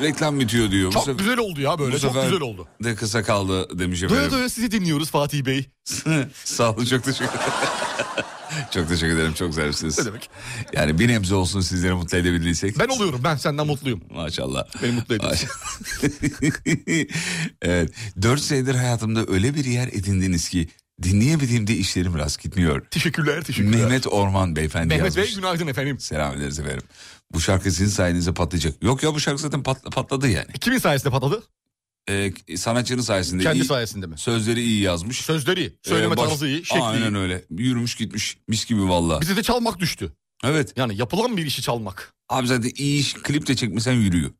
Reklam bitiyor diyor. Çok Bu sefer- güzel oldu ya böyle bu çok sefer güzel oldu. De kısa kaldı demiş Doya efendim. doya sizi dinliyoruz Fatih Bey. Hani Sağ olun çok teşekkür ederim. çok teşekkür ederim çok güzelsiniz. Ne demek? Yani bir nebze olsun sizleri mutlu edebildiysek. Ben oluyorum ben senden mutluyum. Maşallah. Beni mutlu ediyorsun. Maşallah. evet. Dört senedir hayatımda öyle bir yer edindiniz ki Dinleyemediğimde işlerim rast gitmiyor. Teşekkürler, teşekkürler. Mehmet Orman beyefendi Mehmet yazmış. Bey günaydın efendim. Selam ederiz efendim. Bu şarkı sizin sayenizde patlayacak. Yok ya bu şarkı zaten patla- patladı yani. E, Kimin sayesinde patladı? Ee, sanatçının sayesinde. Kendi iyi- sayesinde mi? Sözleri iyi yazmış. Sözleri iyi, söyleme Ee, baş- tarzı iyi, şekli Aynen iyi. öyle. Yürümüş gitmiş mis gibi valla. Bize de çalmak düştü. Evet. Yani yapılan bir işi çalmak. Abi zaten iyi iş klip de çekmesen yürüyor.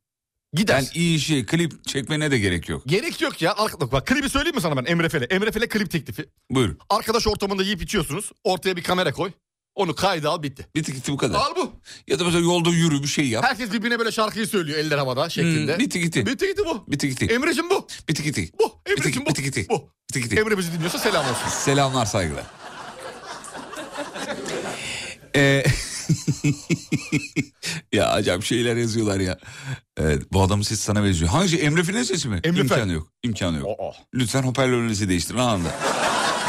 Gider. Yani iyi işi klip çekmene de gerek yok. Gerek yok ya. Arka- Bak klibi söyleyeyim mi sana ben Emre Fele? Emre Fele klip teklifi. Buyur. Arkadaş ortamında yiyip içiyorsunuz. Ortaya bir kamera koy. Onu kayda al bitti. Bir tık gitti bu kadar. Al bu. Ya da mesela yolda yürü bir şey yap. Herkes birbirine böyle şarkıyı söylüyor eller havada şeklinde. Hmm, bitti gitti. Bitti gitti bu. Bitti gitti. Emre'cim bu. Bitti gitti. Bu. Bitti Emre'cim gitti. bu. Bitti gitti. Bu. Bitti gitti. Emre bizi dinliyorsa selam olsun. Selamlar saygılar. Ee, ya acayip şeyler yazıyorlar ya. Evet, bu adamın sesi sana benziyor. Hangi şey? Emre Fil'in sesi mi? Emre İmkanı Fel. yok. İmkanı yok. Aa. Lütfen hoparlörünüzü değiştirin anında.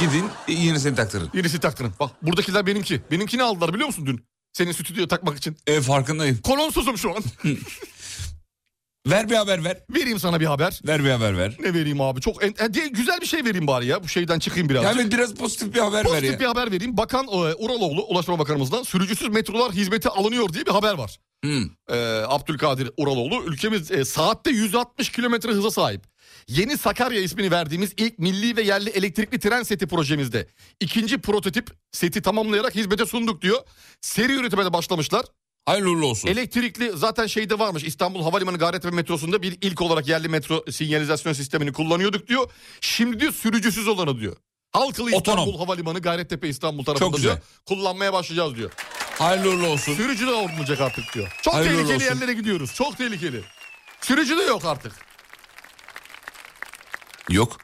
Gidin e, yenisini taktırın. Yenisi taktırın. Bak buradakiler benimki. Benimkini aldılar biliyor musun dün? Senin stüdyoya takmak için. E, farkındayım. Kolonsuzum şu an. Ver bir haber ver. vereyim sana bir haber. Ver bir haber ver. Ne vereyim abi? Çok en- e, diye- güzel bir şey vereyim bari ya. Bu şeyden çıkayım biraz. Yani biraz pozitif bir haber ver Pozitif ya. bir haber vereyim. Bakan e, Uraloğlu Ulaşma Bakanımızdan sürücüsüz metrolar hizmete alınıyor diye bir haber var. Hmm. Ee, Abdülkadir Uraloğlu ülkemiz e, saatte 160 kilometre hıza sahip. Yeni Sakarya ismini verdiğimiz ilk milli ve yerli elektrikli tren seti projemizde ikinci prototip seti tamamlayarak hizmete sunduk diyor. Seri üretime de başlamışlar. Hayırlı uğurlu olsun. Elektrikli zaten şeyde varmış İstanbul Havalimanı Gayrettepe metrosunda bir ilk olarak yerli metro sinyalizasyon sistemini kullanıyorduk diyor. Şimdi diyor sürücüsüz olanı diyor. Halkalı İstanbul Otonom. Havalimanı Gayrettepe İstanbul tarafında güzel. diyor. Kullanmaya başlayacağız diyor. Hayırlı uğurlu olsun. Sürücü de olmayacak artık diyor. Çok Hayırlı tehlikeli olsun. yerlere gidiyoruz. Çok tehlikeli. Sürücü de yok artık. Yok.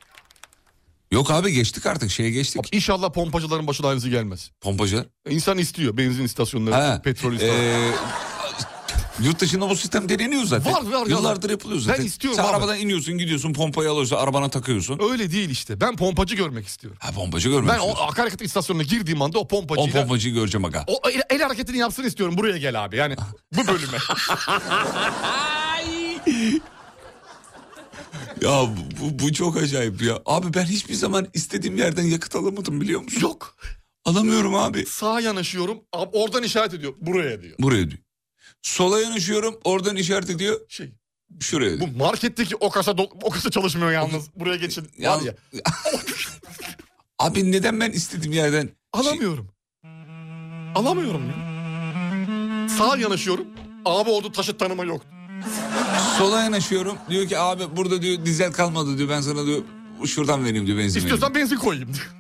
Yok abi geçtik artık şeye geçtik. İnşallah pompacıların başına aynısı gelmez. Pompacılar. İnsan istiyor benzin istasyonları, Ha. petrol istasyonları. Ee, yurt dışında bu sistem deneniyor zaten. Var, var, var. Yıllardır yapılıyor zaten. Ben istiyorum Sen abi. arabadan iniyorsun gidiyorsun pompayı alıyorsun arabana takıyorsun. Öyle değil işte. Ben pompacı görmek istiyorum. Ha pompacı görmek Ben ben o akaryakıt istasyonuna girdiğim anda o O pompacıyla... pompacıyı göreceğim aga. O el, el hareketini yapsın istiyorum buraya gel abi yani bu bölüme. Ya bu- bu, bu çok acayip ya. Abi ben hiçbir zaman istediğim yerden yakıt alamadım biliyor musun? Yok Alamıyorum abi. sağa yanaşıyorum ab- oradan işaret ediyor buraya diyor. Buraya diyor. Sola yanaşıyorum oradan işaret ediyor Şey şuraya diyor. bu marketteki o kasa do- o kasa çalışmıyor yalnız buraya şey- geçin var ya Abi neden ben istediğim yerden... alamıyorum. Alamıyorum ya. Sağa yanaşıyorum abi orada taşı tanıma yok. Sola yanaşıyorum. Diyor ki abi burada diyor dizel kalmadı diyor. Ben sana diyor şuradan vereyim diyor benzin vereyim. İstiyorsan benzin koyayım diyor.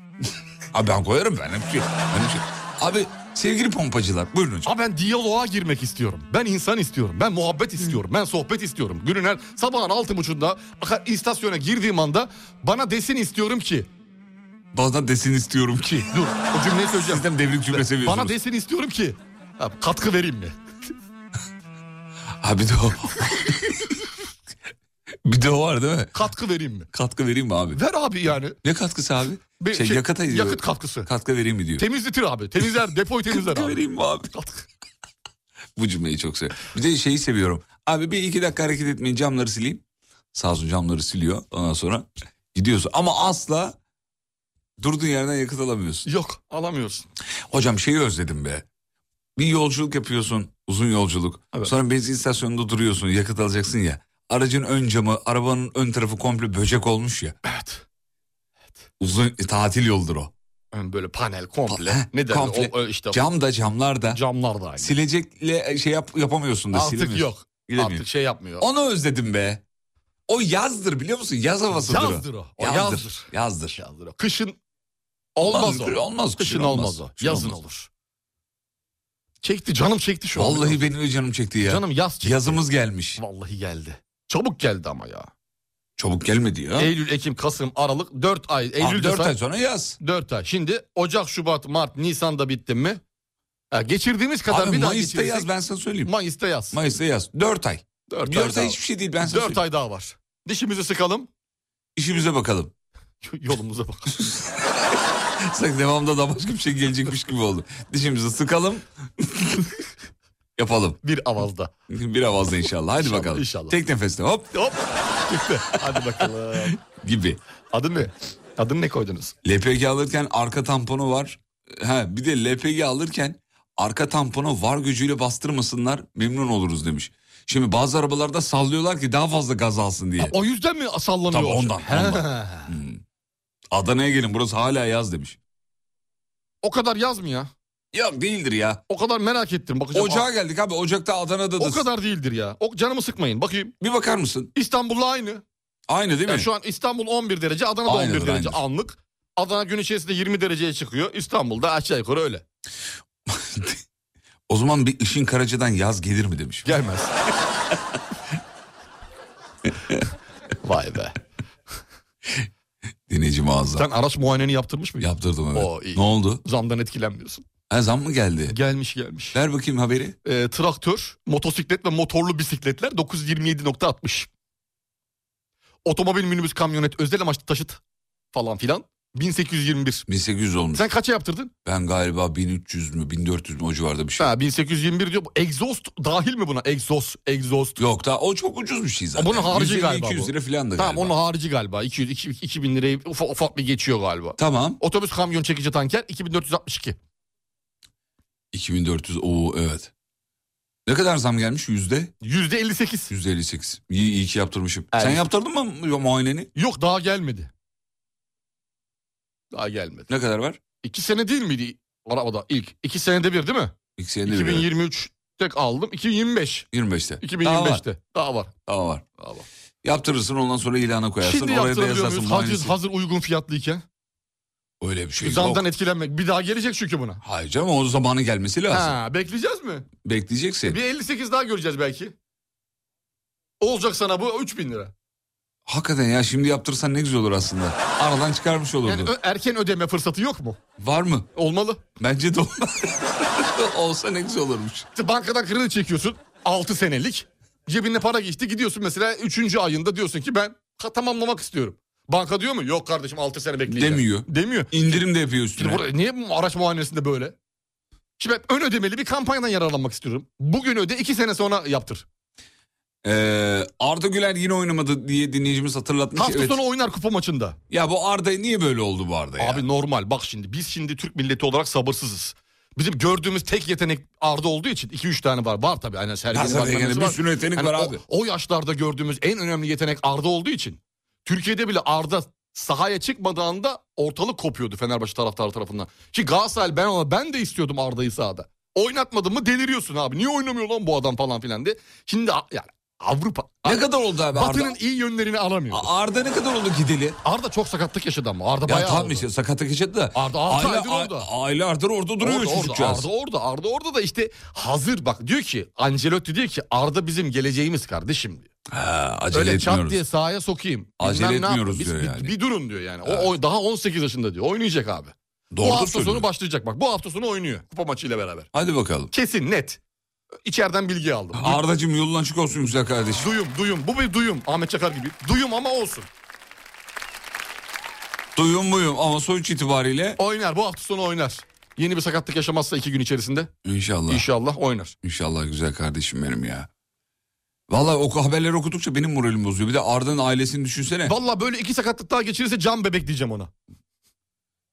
Abi ben koyarım ben. Hep şey, ben hep şey. Abi sevgili pompacılar buyurun hocam. Abi ben diyaloğa girmek istiyorum. Ben insan istiyorum. Ben muhabbet istiyorum. Ben sohbet istiyorum. Günün her sabahın altı buçuğunda aka- istasyona girdiğim anda bana desin istiyorum ki Bazen desin istiyorum ki. Dur o cümleyi söyleyeceğim. Sizden devrik cümle seviyorsunuz. Bana desin istiyorum ki abi katkı vereyim mi? Abi bir de o. bir de o var değil mi? Katkı vereyim mi? Katkı vereyim mi abi? Ver abi yani. Ne katkısı abi? Bir şey, şey, yakıta diyor. yakıt katkısı. Katkı vereyim mi diyor. Temizletir abi. Temizler depoyu temizler katkı abi. vereyim mi abi? Bu cümleyi çok seviyorum. Bir de şeyi seviyorum. Abi bir iki dakika hareket etmeyin camları sileyim. Sağ olsun camları siliyor. Ondan sonra gidiyorsun. Ama asla durduğun yerden yakıt alamıyorsun. Yok alamıyorsun. Hocam şeyi özledim be. Bir yolculuk yapıyorsun, uzun yolculuk. Evet. Sonra benzin istasyonunda duruyorsun, yakıt alacaksın ya. Aracın ön camı, arabanın ön tarafı komple böcek olmuş ya. Evet. Uzun e, tatil yoldur o. Yani böyle panel komple. Ha, ne derler? komple. O, o işte Cam da camlar da. camlar da aynı. Silecekle e, şey yap, yapamıyorsun da Artık silemiyorsun. yok. Silemiyorsun. Artık şey yapmıyor. Onu özledim be. O yazdır biliyor musun? Yaz havasıdır Yazdır o. O Yazdır. yazdır. Yazdır. Yazdır o. Kışın olmaz o. Olmaz. Kışın olmaz o. Kışın Yazın olmaz. olur. Çekti canım çekti şu an. Vallahi benim de canım çekti ya. canım yaz çekti. Yazımız gelmiş. Vallahi geldi. Çabuk geldi ama ya. Çabuk gelmedi ya. Eylül, Ekim, Kasım, Aralık 4 ay. Eylül Abi, dört 4 ay. ay sonra yaz. 4 ay. Şimdi Ocak, Şubat, Mart, Nisan'da bitti mi? Ha, geçirdiğimiz kadar Abi bir daha Mayıs'ta geçirirsek. yaz ben sana söyleyeyim. Mayıs'ta yaz. Mayıs'ta yaz. 4 ay. 4 ay, 4 ay daha. hiçbir şey değil ben sana 4 söyleyeyim. ay daha var. Dişimizi sıkalım. İşimize bakalım. Yolumuza bak. Sanki devamında da başka bir şey gelecekmiş gibi oldu. Dişimizi sıkalım. Yapalım. bir avazda. Bir avazda inşallah. Hadi İnşallah, bakalım. inşallah. Tek nefeste hop Hop. Çıktı. Hadi bakalım. gibi. Adın ne? Adını ne koydunuz? LPG alırken arka tamponu var. Ha bir de LPG alırken arka tampona var gücüyle bastırmasınlar memnun oluruz demiş. Şimdi bazı arabalarda sallıyorlar ki daha fazla gaz alsın diye. O yüzden mi sallanıyor? Tabii olacak? ondan, He. ondan. Hmm. Adana'ya gelin burası hala yaz demiş. O kadar yaz mı ya? Yok değildir ya. O kadar merak ettim. Bakacağım. Ocağa geldik abi Ocak'ta Adana'da da. O kadar değildir ya. O canımı sıkmayın. Bakayım. Bir bakar mısın? İstanbul'la aynı. Aynı değil mi? Yani şu an İstanbul 11 derece, Adana'da Aynıdır, 11 derece aynıdır. anlık. Adana gün içerisinde 20 dereceye çıkıyor. İstanbul'da aşağı yukarı öyle. O zaman bir Işın Karaca'dan yaz gelir mi demiş. Gelmez. Vay be. Dinleyici mağaza. Sen araç muayeneni yaptırmış mıydın? Yaptırdım evet. Oo, iyi. Ne oldu? Zamdan etkilenmiyorsun. Ha, zam mı geldi? Gelmiş gelmiş. Ver bakayım haberi. Ee, traktör, motosiklet ve motorlu bisikletler 927.60. Otomobil, minibüs, kamyonet, özel amaçlı taşıt falan filan 1821. 1800 olmuş. Sen kaça yaptırdın? Ben galiba 1300 mü 1400 mü o civarda bir şey. Ha 1821 diyor. Bu Egzost dahil mi buna? Egzoz, egzoz. Yok da o çok ucuz bir şey zaten. Bunun harici 150, galiba 200 bu. lira falan da Tamam galiba. onun harici galiba. 200 iki- 2000 lirayı ufa- ufak bir geçiyor galiba. Tamam. Otobüs, kamyon, çekici, tanker 2462. 2400 o evet. Ne kadar zam gelmiş? Yüzde? %58. Yüzde 58. İyi, iyi ki yaptırmışım. Evet. Sen yaptırdın mı muayeneni? Yok daha gelmedi. Daha gelmedi. Ne kadar var? İki sene değil miydi arabada ilk? İki senede bir değil mi? İkisi 50 lira. 2023 tek aldım. 2025. 25'te. Daha var. 2025'te. Daha var. Daha var. Daha var. Yaptırırsın ondan sonra ilana koyarsın. Şimdi oraya da yaptırabiliyor yazarsın muyuz? muayenesi. Hazır, hazır uygun fiyatlıyken. Öyle bir şey zamdan yok. etkilenmek. Bir daha gelecek çünkü buna. Hayır canım o zamanı gelmesi lazım. Ha, bekleyeceğiz mi? Bekleyeceksin. Bir 58 daha göreceğiz belki. Olacak sana bu 3000 lira. Hakikaten ya şimdi yaptırsan ne güzel olur aslında. Aradan çıkarmış olurdu. Yani ö- erken ödeme fırsatı yok mu? Var mı? Olmalı. Bence de olmaz. olsa ne güzel olurmuş. İşte bankadan kredi çekiyorsun 6 senelik. Cebinde para geçti gidiyorsun mesela 3. ayında diyorsun ki ben ha- tamamlamak istiyorum. Banka diyor mu? Yok kardeşim 6 sene bekleyeceğim. Demiyor. Demiyor. İndirim de yapıyor Şimdi üstüne. burada- niye bu araç muayenesinde böyle? Şimdi ben ön ödemeli bir kampanyadan yararlanmak istiyorum. Bugün öde 2 sene sonra yaptır. Ee, Arda Güler yine oynamadı diye dinleyicimiz hatırlatmış. Hafta Evet. sonu oynar kupa maçında. Ya bu Arda niye böyle oldu bu Arda ya? Abi normal bak şimdi biz şimdi Türk milleti olarak sabırsızız. Bizim gördüğümüz tek yetenek Arda olduğu için 2-3 tane var. Var tabii aynen Ya Sergen'in zaten var, Mehmet'in yani bir sürü yetenek Yani var o- abi. O, yaşlarda gördüğümüz en önemli yetenek Arda olduğu için. Türkiye'de bile Arda sahaya çıkmadığı anda ortalık kopuyordu Fenerbahçe taraftarı tarafından. Ki Galatasaray ben ona ben de istiyordum Arda'yı sahada. Oynatmadın mı deliriyorsun abi. Niye oynamıyor lan bu adam falan filan diye. Şimdi a- yani Avrupa Ne kadar oldu abi Batı'nın Arda? iyi yönlerini alamıyor. A- Arda ne kadar oldu gideli? Arda çok sakatlık yaşadı ama. Arda Ya bayağı tamam oldu. işte sakata geçirdi de. Arda altı Aile- aydır a- orada. Aile Arda orada duruyor Orada, orada, çocukcağız. Arda orada, Arda orada da işte hazır bak diyor ki Ancelotti diyor ki Arda bizim geleceğimiz kardeşim diyor. Ha, acele Öyle etmiyoruz. çat diye sahaya sokayım. Bilmem Acele ne yapın. etmiyoruz Biz- diyor bir, yani. Bir durun diyor yani. O- Evet. O, daha 18 yaşında diyor. Oynayacak abi. Doğru bu hafta söylüyorsun. sonu başlayacak bak. Bu hafta sonu oynuyor. Kupa maçıyla beraber. Hadi bakalım. Kesin net. İçeriden bilgi aldım. Du- Ardacığım yolun açık olsun güzel kardeşim. Duyum, duyum. Bu bir duyum. Ahmet Çakar gibi. Duyum ama olsun. Duyum muyum ama sonuç itibariyle Oynar. Bu hafta sonu oynar. Yeni bir sakatlık yaşamazsa iki gün içerisinde. inşallah. İnşallah oynar. İnşallah güzel kardeşim benim ya. Vallahi o haberleri okudukça benim moralim bozuyor. Bir de Arda'nın ailesini düşünsene. Valla böyle iki sakatlık daha geçirirse can bebek diyeceğim ona.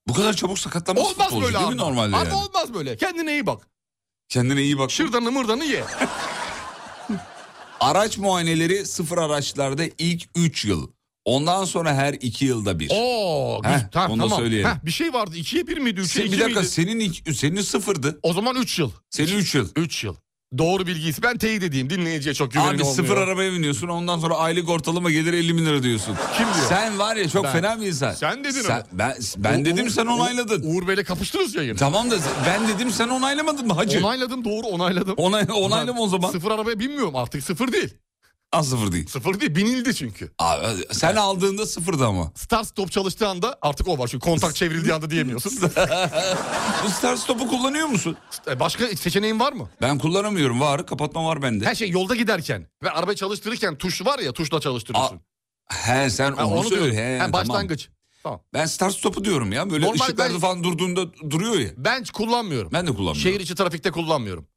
Bu kadar çabuk sakatlanmış Olmaz futbolcu böyle değil mi abi. normalde Abi yani? olmaz böyle. Kendine iyi bak. Kendine iyi bak. Şırdanı mırdanı ye. Araç muayeneleri sıfır araçlarda ilk 3 yıl. Ondan sonra her 2 yılda bir. Oo, Heh, güz- tamam, onu da tamam. söyleyelim. Heh, bir şey vardı. 2'ye 1 miydi? 3'e Sen, 2 bir dakika miydi? senin ilk, senin sıfırdı. O zaman 3 yıl. Senin 3 yıl. 3 yıl. Doğru bilgisi. Ben teyit edeyim. Dinleyiciye çok güvenim Abi olmuyor. sıfır arabaya biniyorsun ondan sonra aylık ortalama gelir 50 bin lira diyorsun. Kim diyor? Sen var ya çok Ben. fena bir insan. Sen dedin sen, onu. Ben, ben U- dedim Uğur- sen Uğur- onayladın. Uğur Bey'le kapıştınız yayını. Tamam da ben dedim sen onaylamadın mı hacı? Onayladım doğru onayladım. Onay, onaylama o zaman. Sıfır arabaya binmiyorum artık sıfır değil. Az sıfır değil. Sıfır değil binildi çünkü. Abi, sen aldığında sıfırdı ama. Start stop çalıştığı anda artık o var. Çünkü kontak çevrildiği anda diyemiyorsun. Bu Star Stop'u kullanıyor musun? E, Başka seçeneğin var mı? Ben kullanamıyorum. Var. Kapatma var bende. Her şey yolda giderken ve arabayı çalıştırırken tuş var ya tuşla çalıştırıyorsun. He sen Ha, onu, söyle. diyorum. He, Ha, tamam. başlangıç. Tamam. Ben Star Stop'u diyorum ya. Böyle Normal ışıklarda ben- falan durduğunda duruyor ya. Ben hiç kullanmıyorum. Ben de kullanmıyorum. Şehir içi trafikte kullanmıyorum.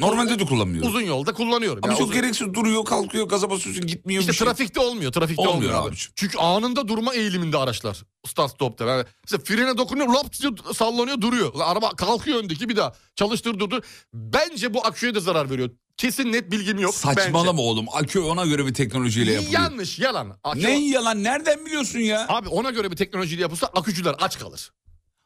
Normalde de kullanmıyorum. Uzun yolda kullanıyorum. Ama Ya çok uzun- gereksiz duruyor kalkıyor gaza basıyorsun gitmiyor İşte bir şey. trafikte olmuyor. Trafikte Olmuyor olmuyor, abi. abiciğim. Çünkü anında durma eğiliminde araçlar. Start stop'ta. Yani mesela frene dokunuyor lop diye sallanıyor duruyor. Ulan Araba kalkıyor öndeki bir daha. Çalıştır durdur. Bence bu aküye de zarar veriyor. Kesin net bilgim yok. Saçmalama Bence. oğlum akü ona göre bir teknolojiyle yapılıyor. Yanlış yalan. Akü- Ne yalan nereden biliyorsun ya? Abi ona göre bir teknolojiyle yapılsa akücüler aç kalır.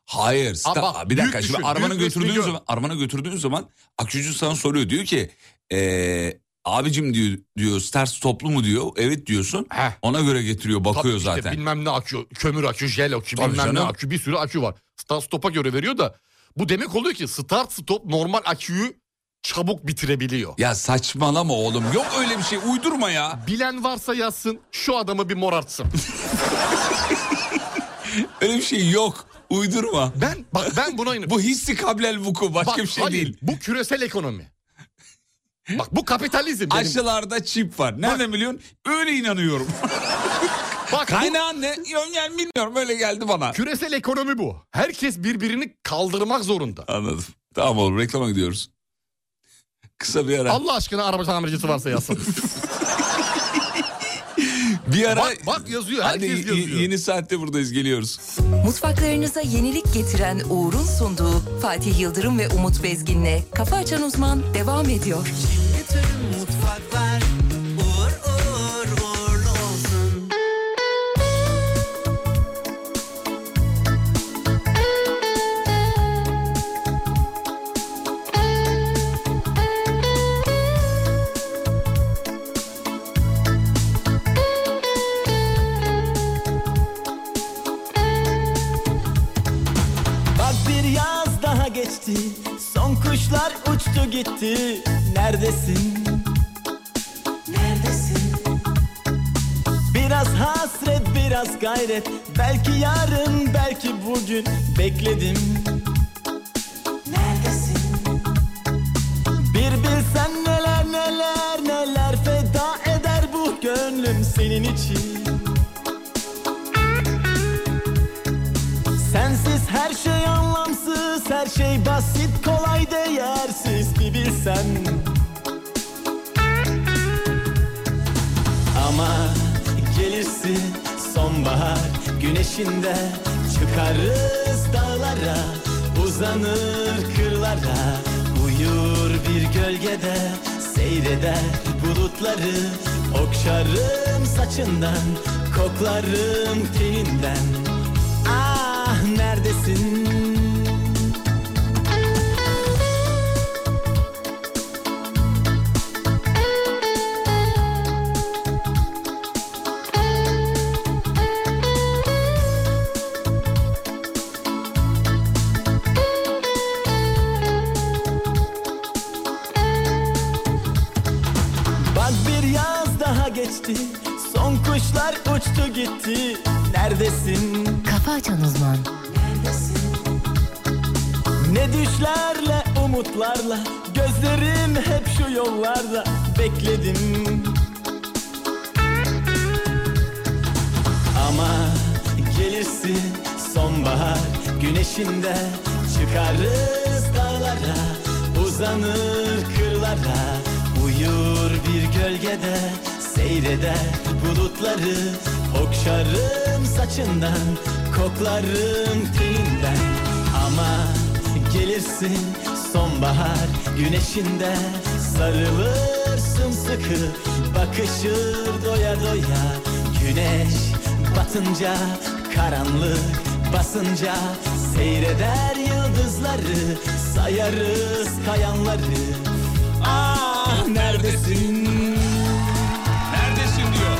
Hayır. sta- bak, bir dakika büyük şimdi düşün, arabana büyük resmi götürdüğün gör. zaman arabana götürdüğün zaman akücü sana soruyor diyor ki eee abicim diyor diyor ters toplu mu diyor. Evet diyorsun. Heh. Ona göre getiriyor bakıyor Tabii işte zaten. bilmem ne akü, kömür akü, jel akü, Tabii bilmem ne canım. akü bir sürü akü var. Start stop'a göre veriyor da bu demek oluyor ki start stop normal aküyü çabuk bitirebiliyor. Ya saçmalama oğlum. Yok öyle bir şey. Uydurma ya. Bilen varsa yazsın şu adamı bir morartsın. Öyle bir şey yok. Uydurma. Ben bak ben buna inanıyorum. Bu hissi kablel vuku başka Bak, bir şey hayır, değil. Bu küresel ekonomi. Bak bu kapitalizm benim. Aşılarda çip var. Nereden biliyorsun? Öyle inanıyorum. Bak bu Kaynağın ne? Yöngen bilmiyorum. Öyle geldi bana. küresel ekonomi bu. Herkes birbirini kaldırmak zorunda. Anladım. Tamam oğlum reklama gidiyoruz. Kısa bir ara. Allah aşkına araba tamircisi varsa yazsın. bir ara. bak, bak yazıyor Hadi herkes y- yazıyor. yeni saatte buradayız geliyoruz. Mutfaklarınıza yenilik getiren Uğur'un sunduğu Fatih Yıldırım ve Umut Bezgin'le Kafa Açan Uzman devam ediyor. Bütün mutfaklar uğur uğur uğurlu olsun. Bak bir yaz daha geçti Son kuşlar uçtu gitti Neredesin? Neredesin? Biraz hasret biraz gayret Belki yarın belki bugün Bekledim Neredesin? Bir bilsen neler neler neler Feda eder bu gönlüm senin için Sensiz her şey anlamsız, her şey basit, kolay değersiz bir bilsen. Ama gelirsin sonbahar güneşinde çıkarız dağlara, uzanır kırlara, uyur bir gölgede seyreder bulutları, okşarım saçından, koklarım teninden. Ah neredesin? Bak bir yaz daha geçti. Son kuşlar uçtu gitti. Neredesin? Kafa açan uzman. Ne düşlerle umutlarla Gözlerim hep şu yollarda Bekledim Ama gelirsin sonbahar güneşinde Çıkarız dağlara Uzanır kırlara Uyur bir gölgede Seyreder bulutları Okşarım saçından Koklarım teninden Ama gelirsin sonbahar güneşinde Sarılır sımsıkı bakışır doya doya Güneş batınca karanlık basınca Seyreder yıldızları sayarız kayanları Ah neredesin? Neredesin diyor.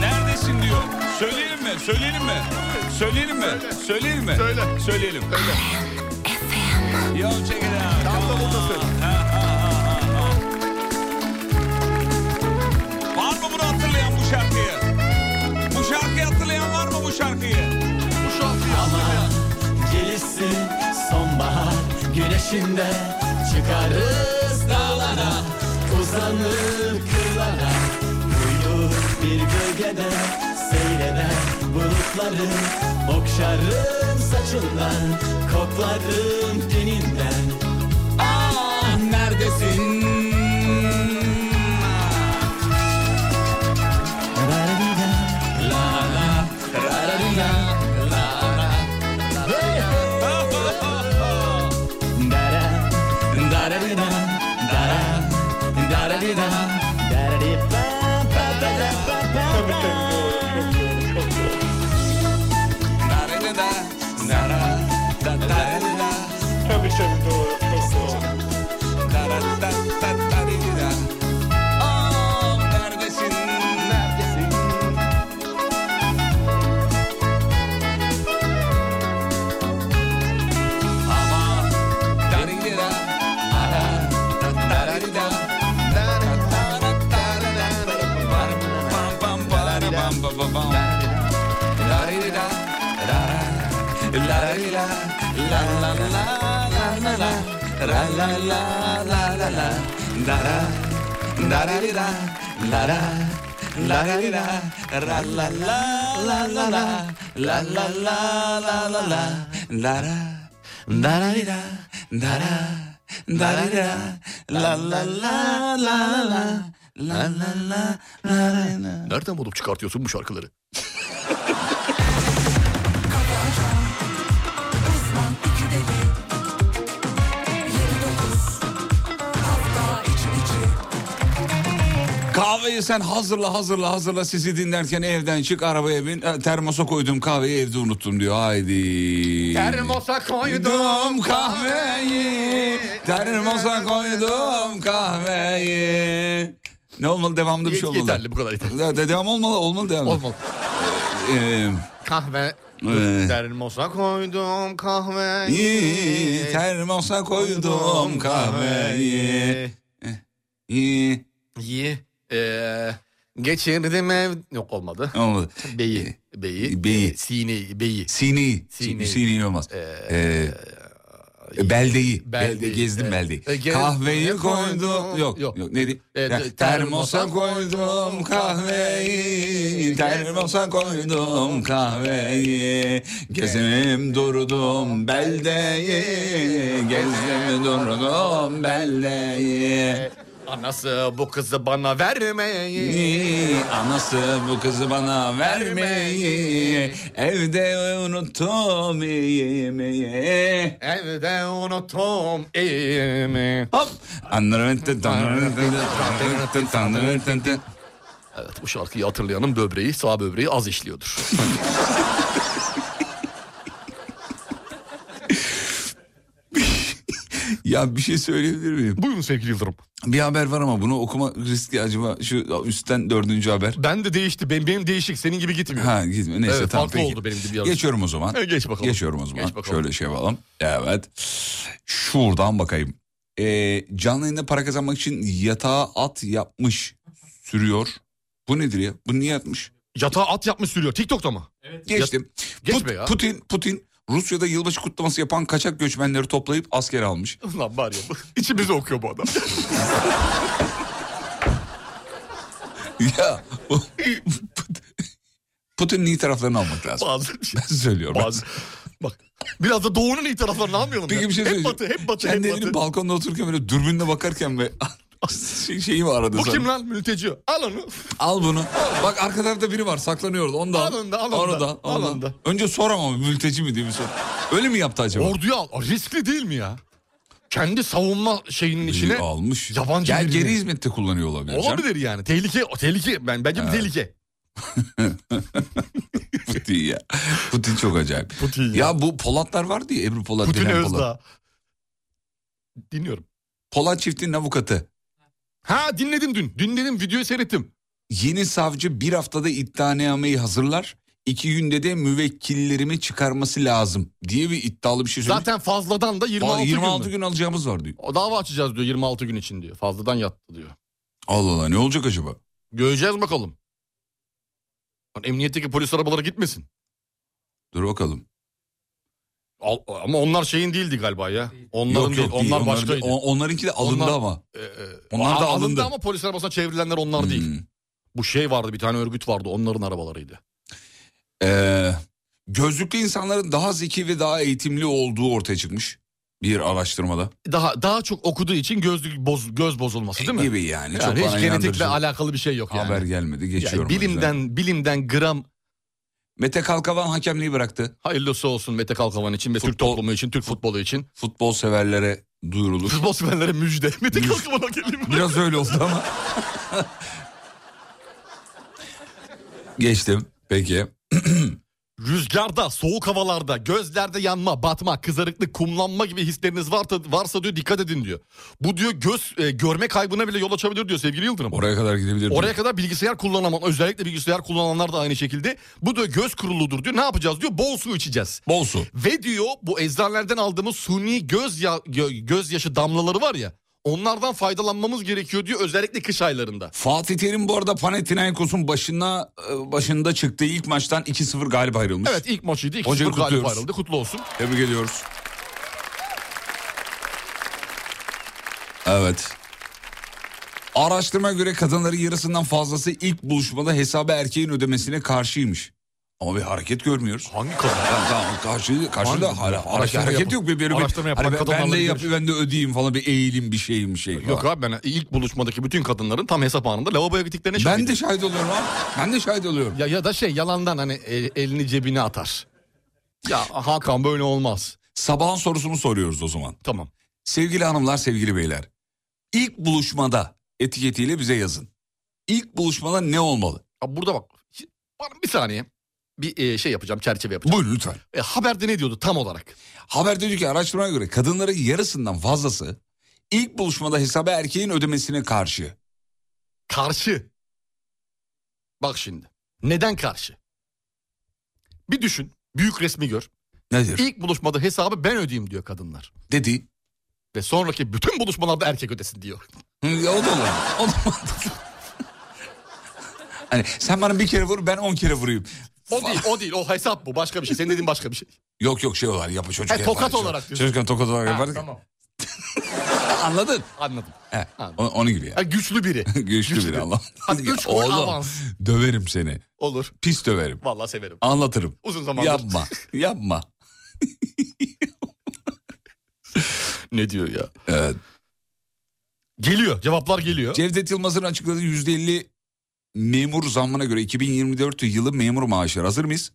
Neredesin diyor. Söyleyelim mi? Söyleyelim mi? Söyleyelim mi? Söyleyelim mi? Söyle. Söyleyelim. Yo check it out. Tam da burada söyle. Var mı bunu hatırlayan bu şarkıyı? Bu şarkıyı hatırlayan var mı bu şarkıyı? Gelirsin sonbahar güneşinde Çıkarız dağlara uzanır kırlara Uyur bir gölgede seyreder bulutları Okşarım saçından koklarım teninden Ah neredesin? Tabii tabii doğru. Çok doğru. Nereden bulup çıkartıyorsun bu şarkıları? Kahveyi sen hazırla hazırla hazırla sizi dinlerken evden çık arabaya bin. E, Termosa koydum kahveyi evde unuttum diyor. Haydi. Termosa koydum kahveyi. Termosa koydum kahveyi. Ne olmalı devamlı bir şey olmalı. Yeterli bu kadar yeterli. De- de- devam olmalı olmalı devam. Olmalı. Ee, Kahve. Ee. Termosa koydum iyi, kahveyi. termosa koydum kahveyi. İyi. İyi. Ee, geçirdim ev... Yok olmadı. Olmadı. Ee, Beyi. Beyi. Beyi. Sineyi. Beyi. Sineyi. Sineyi. Sineyi. olmaz. Ee, beldeyi. Beldeyi, Belde, gezdim evet. beldeyi. E, gez- Kahveyi e, koydum. koydum. Yok Yok. yok. Neydi? E, Ya, te- termosa termosa koydum kahveyi. Termosa koydum kahveyi. Gezim durdum beldeyi. Gezim durdum beldeyi. Anası bu kızı bana vermeyi. Anası bu kızı bana vermeyi Evde unuttum yemeği Evde unuttum elimi. Hop Anlarım Evet bu şarkıyı hatırlayanın böbreği sağ böbreği az işliyordur. Ya bir şey söyleyebilir miyim? Buyurun sevgili Yıldırım. Bir haber var ama bunu okuma riski acaba şu üstten dördüncü haber. Ben de değişti. Benim, benim değişik. Senin gibi gitmiyor. Ha gitme neyse Evet, tamam farklı peki. oldu benim de biraz. Geçiyorum o zaman. E, geç bakalım. Geçiyorum o zaman. Geç bakalım. Şöyle şey yapalım. Evet. Şuradan bakayım. Ee, canlı yayında para kazanmak için yatağa at yapmış sürüyor. Bu nedir ya? Bu niye atmış? Yatağa at yapmış sürüyor. TikTok'ta mı? Geçtim. Geç Put- be ya. Putin, Putin Rusya'da yılbaşı kutlaması yapan kaçak göçmenleri toplayıp askere almış. Lan var ya. İçimizi okuyor bu adam. ya o- Put- Putin'in iyi taraflarını almak lazım. Bazı, Ben söylüyorum. bazı. Bak biraz da doğunun iyi taraflarını almayalım. Peki ya. bir şey hep söyleyeceğim. batı hep batı Kendi hep evinin batı. balkonda otururken böyle dürbünle bakarken ve şey, şeyi mi aradı Bu sen? kim lan mülteci? Al onu. Al bunu. Bak arka tarafta biri var saklanıyordu. Onu da al. Alın da, alın Onu da, da, onu alın da. da. Önce sor ama mülteci mi diye bir sor. Öyle mi yaptı acaba? Orduya al. Riskli değil mi ya? Kendi savunma şeyinin içine İyi, almış. yabancı Gel birini- geri hizmette kullanıyor olabilir. canım. olabilir yani. Tehlike, o tehlike. Ben bence bir tehlike. Putin ya. Putin çok acayip. Putin ya. ya. bu Polatlar vardı ya Ebru Polat. Putin Dilan Polat. Özdağ. Dinliyorum. Polat çiftinin avukatı. Ha dinledim dün. Dün dedim videoyu seyrettim. Yeni savcı bir haftada iddianameyi hazırlar. İki günde de müvekkillerimi çıkarması lazım diye bir iddialı bir şey söylemiş. Zaten fazladan da 26, Vallahi 26 gün. gün, mü? alacağımız var diyor. O dava açacağız diyor 26 gün için diyor. Fazladan yattı diyor. Allah Allah ne olacak acaba? Göreceğiz bakalım. Lan Emniyetteki polis arabaları gitmesin. Dur bakalım. Al- ama onlar şeyin değildi galiba ya. Onların Yok, yok, değil, değil. onlar Onlar- başkaydı. on- onlarınki de alındı Onlar- ama. Ee, e, onlar da alındı. ama polis arabasına çevrilenler onlar değil. Hmm. Bu şey vardı bir tane örgüt vardı onların arabalarıydı. Ee, gözlüklü insanların daha zeki ve daha eğitimli olduğu ortaya çıkmış. Bir araştırmada. Daha daha çok okuduğu için gözlük boz, göz bozulması değil mi? Gibi yani. Yani çok hiç bana genetikle inandırıcı alakalı bir şey yok yani. Haber gelmedi geçiyorum. Yani o yüzden. bilimden bilimden gram Mete Kalkavan hakemliği bıraktı. hayırlısı olsun Mete Kalkavan için ve Türk Futbol- toplumu için, Türk futbolu için. Futbol severlere duyurulur. Futbol severlere müjde. Mete Kalkınmadan geleyim. Biraz öyle oldu ama. Geçtim. Peki. Rüzgarda, soğuk havalarda, gözlerde yanma, batma, kızarıklık, kumlanma gibi hisleriniz varsa, varsa diyor dikkat edin diyor. Bu diyor göz e, görme kaybına bile yol açabilir diyor sevgili Yıldırım. Oraya kadar gidebilir. Oraya kadar bilgisayar kullanan özellikle bilgisayar kullananlar da aynı şekilde. Bu diyor göz kuruludur diyor. Ne yapacağız diyor? Bol su içeceğiz. Bol su. Ve diyor bu eczanelerden aldığımız suni göz ya, gö- gözyaşı damlaları var ya. Onlardan faydalanmamız gerekiyor diyor özellikle kış aylarında. Fatih Terim bu arada Panathinaikos'un başına e, başında çıktığı ilk maçtan 2-0 galip ayrılmış. Evet ilk maçıydı. 2-0 Hocayı galip kutluyoruz. ayrıldı. Kutlu olsun. Tebrik ediyoruz. Evet. Araştırma göre kadınların yarısından fazlası ilk buluşmada hesabı erkeğin ödemesine karşıymış. Ama bir hareket görmüyoruz. Hangi kadın? Tamam, tamam. Karşı, karşıda Hangi- hala, hareket, Araştırma hareket yapan- yok. Bir, bir, bir, araştırma yapan hani ben, ben kadınlarla de ilgili yap, ben de ödeyeyim falan bir eğilim bir şeyim bir şey. Yok abi ben ilk buluşmadaki bütün kadınların tam hesap anında lavaboya gittiklerine şahit. Ben de şahit oluyorum abi. Ben de şahit oluyorum. Ya, ya da şey yalandan hani e, elini cebine atar. Ya Hakan böyle olmaz. Sabahın sorusunu soruyoruz o zaman. Tamam. Sevgili hanımlar, sevgili beyler. İlk buluşmada etiketiyle bize yazın. İlk buluşmada ne olmalı? Abi burada bak. şi- bana Bir saniye. Bir e, şey yapacağım, çerçeve yapacağım. Buyurun lütfen. E, haberde ne diyordu tam olarak? Haber diyor ki araştırmaya göre kadınların yarısından fazlası ilk buluşmada hesabı erkeğin ödemesine karşı. Karşı. Bak şimdi. Neden karşı? Bir düşün. Büyük resmi gör. Nedir? İlk buluşmada hesabı ben ödeyeyim diyor kadınlar. Dedi. Ve sonraki bütün buluşmalarda erkek ödesin diyor. Hı, ya o da olur. O da mantıklı. hani sen bana bir kere vur ben on kere vurayım. O değil, o değil. O hesap bu. Başka bir şey. Senin dediğin başka bir şey. Yok yok şey olarak yapı çocuk. Ha, tokat olarak diyorsun. Çocukken tokat olarak Ha, yapardık. tamam. Anladın? Anladım. He, Anladım. o- onu gibi ya. Ha, güçlü biri. Güçlü, Güçlü bir biri. Allah. Hadi üç gol avans. Döverim seni. Olur. Pis döverim. Vallahi severim. Anlatırım. Uzun zamandır. Yapma. Yapma. Ne diyor ya? Evet. Geliyor. Cevaplar geliyor. Cevdet Yılmaz'ın açıkladığı %50 memur zammına göre 2024 yılı memur maaşları hazır mıyız?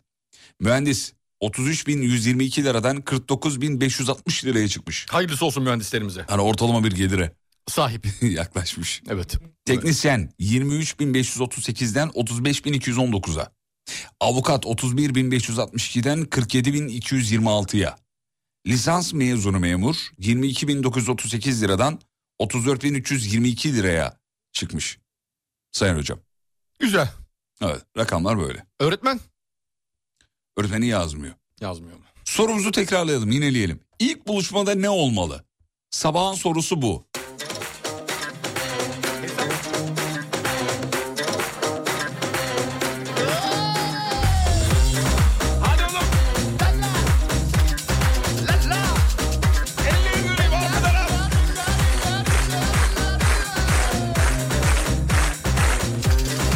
Mühendis 33.122 liradan 49.560 liraya çıkmış. Hayırlısı olsun mühendislerimize. Yani ortalama bir gelire Sahip. yaklaşmış. Evet. Teknisyen 23.538'den 35.219'a. Avukat 31.562'den 47.226'ya. Lisans mezunu memur 22.938 liradan 34.322 liraya çıkmış. Sayın hocam. Güzel. Evet rakamlar böyle. Öğretmen Öğretmeni yazmıyor. yazmıyor mu? Sorumuzu tekrarlayalım, yineleyelim. İlk buluşmada ne olmalı? Sabahın sorusu bu. Hadi oğlum. La la. La la. Elleri göreyim ortadan.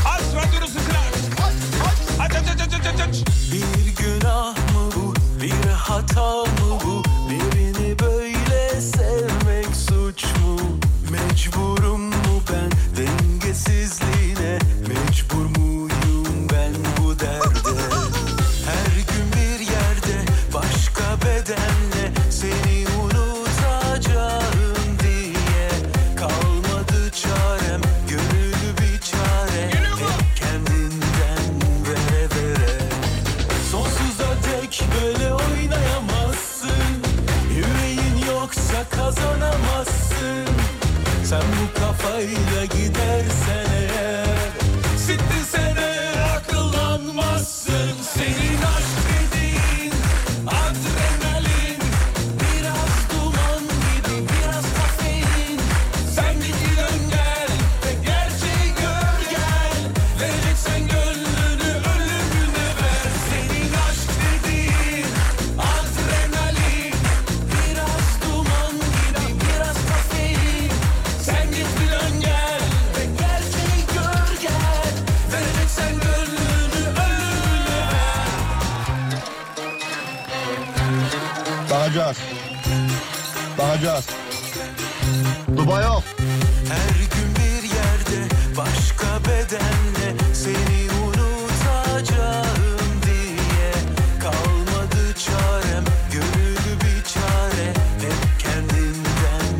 Aç radyonu sıkılar. Aç aç aç aç aç aç aç. Bir günah mı bu, bir hata mı bu? Birini böyle sevmek suç mu? Mecburum mu ben dengesizliğine? Mecbur muyum ben bu derde? Her gün bir yerde başka bedenle seni unutacağım diye kalmadı çarem gönül bir çare hep kendinden vere vere. Sonsuza dek böyle oynayamazsın Yüreğin yoksa kazanamazsın Sen bu kafayla gidersen eğer Sittin sene akıllanmazsın Senin aşk dediğin adrenalin Biraz duman gibi biraz kafein Sen bir gidin gel ve gerçeği gör gel Vereceksen gönlünü ölümüne ver Senin aşk dediğin adrenalin Biraz duman gibi biraz kafein Sen git bir dön gel ve gerçeği gör gel Vereceksen gönlünü ölümüne ver Bakacağız. Bakacağız. Dubai yok. Her gün bir yerde başka bedenle seni unutacağım diye kalmadı çarem gönül bir çare hep kendinden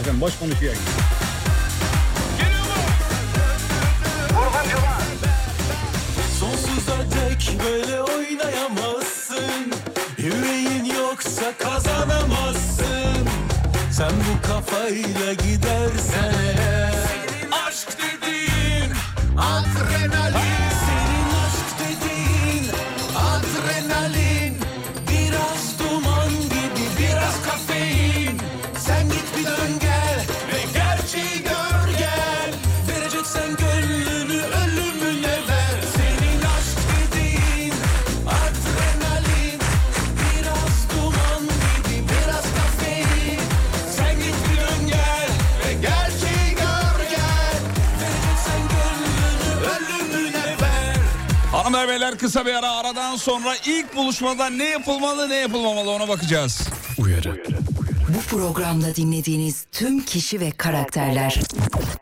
Adam boş konuşuyor. Sonsuza dek böyle oynayamazsın Yüreğin yoksa kazanamazsın Sen bu kafayla gidersen eğer Aşk dediğin adrenalin Senin aşk dediğin adrenalin Biraz duman gibi biraz kafein Sen git bir dön gel ve gerçeği gör gel Vereceksen gönlünü ölümüne ver Senin aşk dediğin adrenalin Biraz duman gibi biraz kafein Sen git bir dön gel ve gerçeği gör gel Vereceksen gönlünü ölümüne ver Hanımlar beyler kısa bir ara aradan sonra ilk buluşmada ne yapılmalı ne yapılmamalı ona bakacağız. Uyarı. Bu programda dinlediğiniz tüm kişi ve karakterler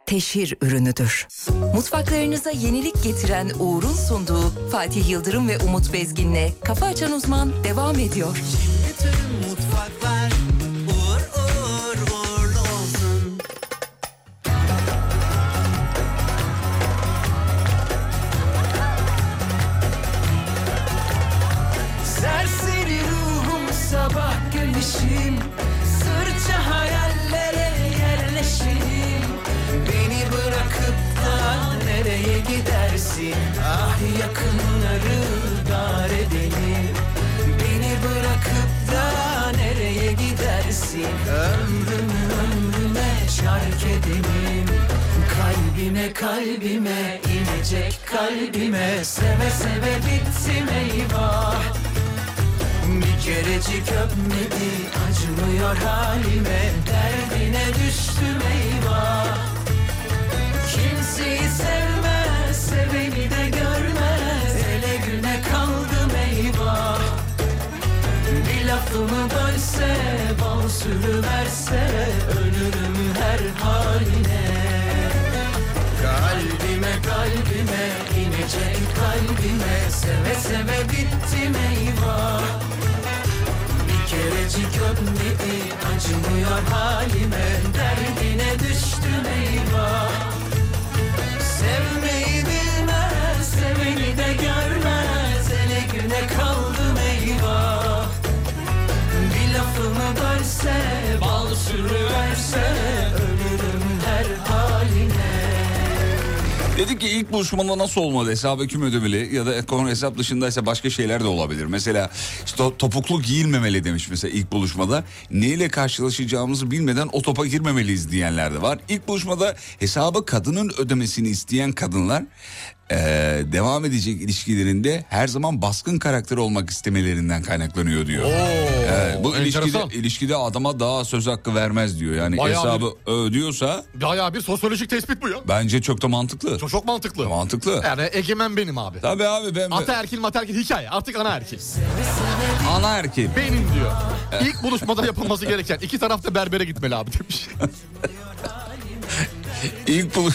teşhir ürünüdür. Mutfaklarınıza yenilik getiren Uğur'un sunduğu Fatih Yıldırım ve Umut Bezgin'le Kafa Açan Uzman devam ediyor. Tüm mutfaklar uğur uğur uğurlu olsun. Serseri ruhum sabah güneşim Sırça hayallere yerleşim Beni bırakıp da nereye gidersin Ah yakınları dar edelim Beni bırakıp da nereye gidersin Ömrümü ömrüme şark edelim Kalbime kalbime inecek kalbime Seve seve bitsin eyvah bir kerecik öpmedi acımıyor halime Derdine düştüm eyvah Kimseyi sevmez seveni de görmez Ele güne kaldım eyvah Bir lafımı bölse bal sürüverse Ölürüm her haline Kalbime kalbime inecek kalbime Seve seve bittim eyvah Bir kerecik öpmedi acımıyor halime Derdine düştüm eyvah Sevmeyi bilmez seveni de görmez Ele güne kaldım eyvah bir lafımı bölse Bal sürüverse Ölürüm her haline Dedik ki ilk buluşmada nasıl olmalı hesabı kim ödemeli ya da konu hesap dışındaysa başka şeyler de olabilir. Mesela işte to- topuklu giyilmemeli demiş mesela ilk buluşmada. Neyle karşılaşacağımızı bilmeden o topa girmemeliyiz diyenler de var. İlk buluşmada hesabı kadının ödemesini isteyen kadınlar eee, devam edecek ilişkilerinde her zaman baskın karakteri olmak istemelerinden kaynaklanıyor diyor. Evet, bu ilişkide, enteresan. ilişkide adama daha söz hakkı vermez diyor. Yani Bayağı bir- hesabı ödüyorsa Bayağı bir sosyolojik tespit bu ya. bence çok da mantıklı. Çok, mantıklı. Mantıklı. Yani egemen benim abi. Tabii abi ben... Ataerkil materkil hikaye artık ana erkil. Ana erkil. Benim diyor. İlk buluşmada yapılması gereken iki taraf da berbere gitmeli abi demiş. İlk buluş...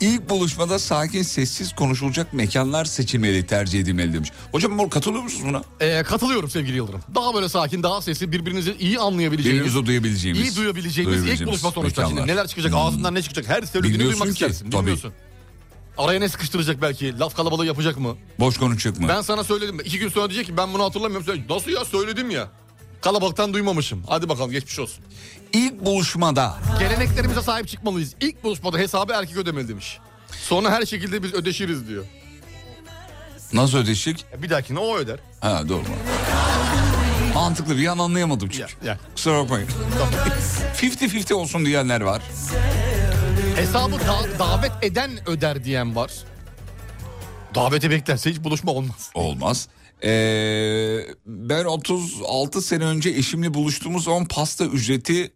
İlk buluşmada sakin sessiz konuşulacak mekanlar seçilmeli tercih edilmeli demiş. Hocam mor katılıyor musunuz buna? Ee, katılıyorum sevgili Yıldırım. Daha böyle sakin, daha sesli, birbirinizi iyi anlayabileceğiniz... Birbirimizi duyabileceğimiz, iyi duyabileceğiniz ilk duyabileceğimiz buluşma sonuçta. Şimdi mekanlar. neler çıkacak, Hmm. ağzından ne çıkacak her söylediğini Bilmiyorsun duymak ki, istersin. tabii. Bilmiyorsun. Araya ne sıkıştıracak belki, laf kalabalığı yapacak mı? Boş konuşacak mı? Ben sana söyledim. İki gün sonra diyecek ki ben bunu hatırlamıyorum. Söyle- Nasıl ya söyledim ya. Kalabalıktan duymamışım. Hadi bakalım geçmiş olsun. İlk buluşmada. Geleneklerimize sahip çıkmalıyız. İlk buluşmada hesabı erkek ödemeli demiş. Sonra her şekilde biz ödeşiriz diyor. Nasıl ödeşik? Ya Bir dahakine o öder. Ha doğru. Mantıklı bir an anlayamadım çünkü. Kusura bakmayın. 50-50 olsun diyenler var. Hesabı da- davet eden öder diyen var. Davete beklerse hiç buluşma olmaz. Olmaz. Ee, ben 36 sene önce eşimle buluştuğumuz zaman pasta ücretini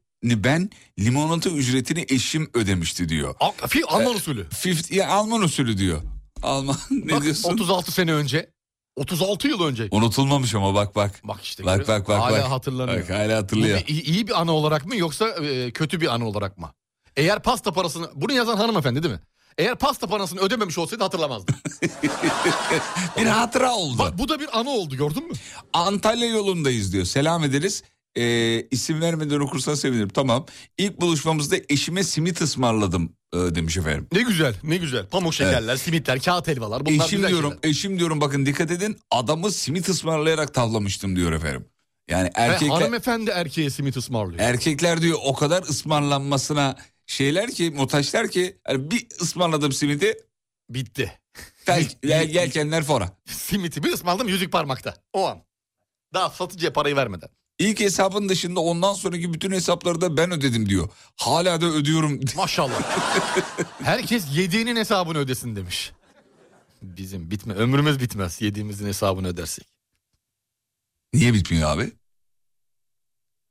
ben limonata ücretini eşim ödemişti diyor. Ee, Fi, Alman usulü. ya Alman usulü diyor. Alman ne Bak, diyorsun? 36 sene önce. 36 yıl önce. Unutulmamış ama bak bak. Bak işte. Bak bak bak. Hala bak. hatırlanıyor. Bak, hala hatırlıyor. Bu bir- iyi, iyi bir anı olarak mı yoksa e, kötü bir anı olarak mı? Eğer pasta parasını... Bunu yazan hanımefendi değil mi? Eğer pasta parasını ödememiş olsaydı hatırlamazdı. bir hatıra oldu. Bak bu da bir anı oldu gördün mü? Antalya yolundayız diyor. Selam ederiz. e, isim vermeden okursan sevinirim. Tamam. İlk buluşmamızda eşime simit ısmarladım e, demiş efendim. Ne güzel ne güzel. Pamuk şekerler, simitler, kağıt helvalar bunlar eşim güzel diyorum, eşim diyorum bakın dikkat edin adamı simit ısmarlayarak tavlamıştım diyor efendim. Yani şeyler. Ve erkekler hanımefendi erkeğe simit ısmarlıyor. erkekler diyor o kadar ısmarlanmasına şeyler ki motaçlar ki yani bir ısmarladım simidi bitti. Fel, yelkenler fora. Simiti bir ısmarladım yüzük parmakta. O an. Daha satıcıya parayı vermeden. İlk hesabın dışında ondan sonraki bütün hesapları da ben ödedim diyor. Hala da ödüyorum. Maşallah. Herkes yediğinin hesabını ödesin demiş. Bizim bitme ömrümüz bitmez yediğimizin hesabını ödersek. Niye bitmiyor abi?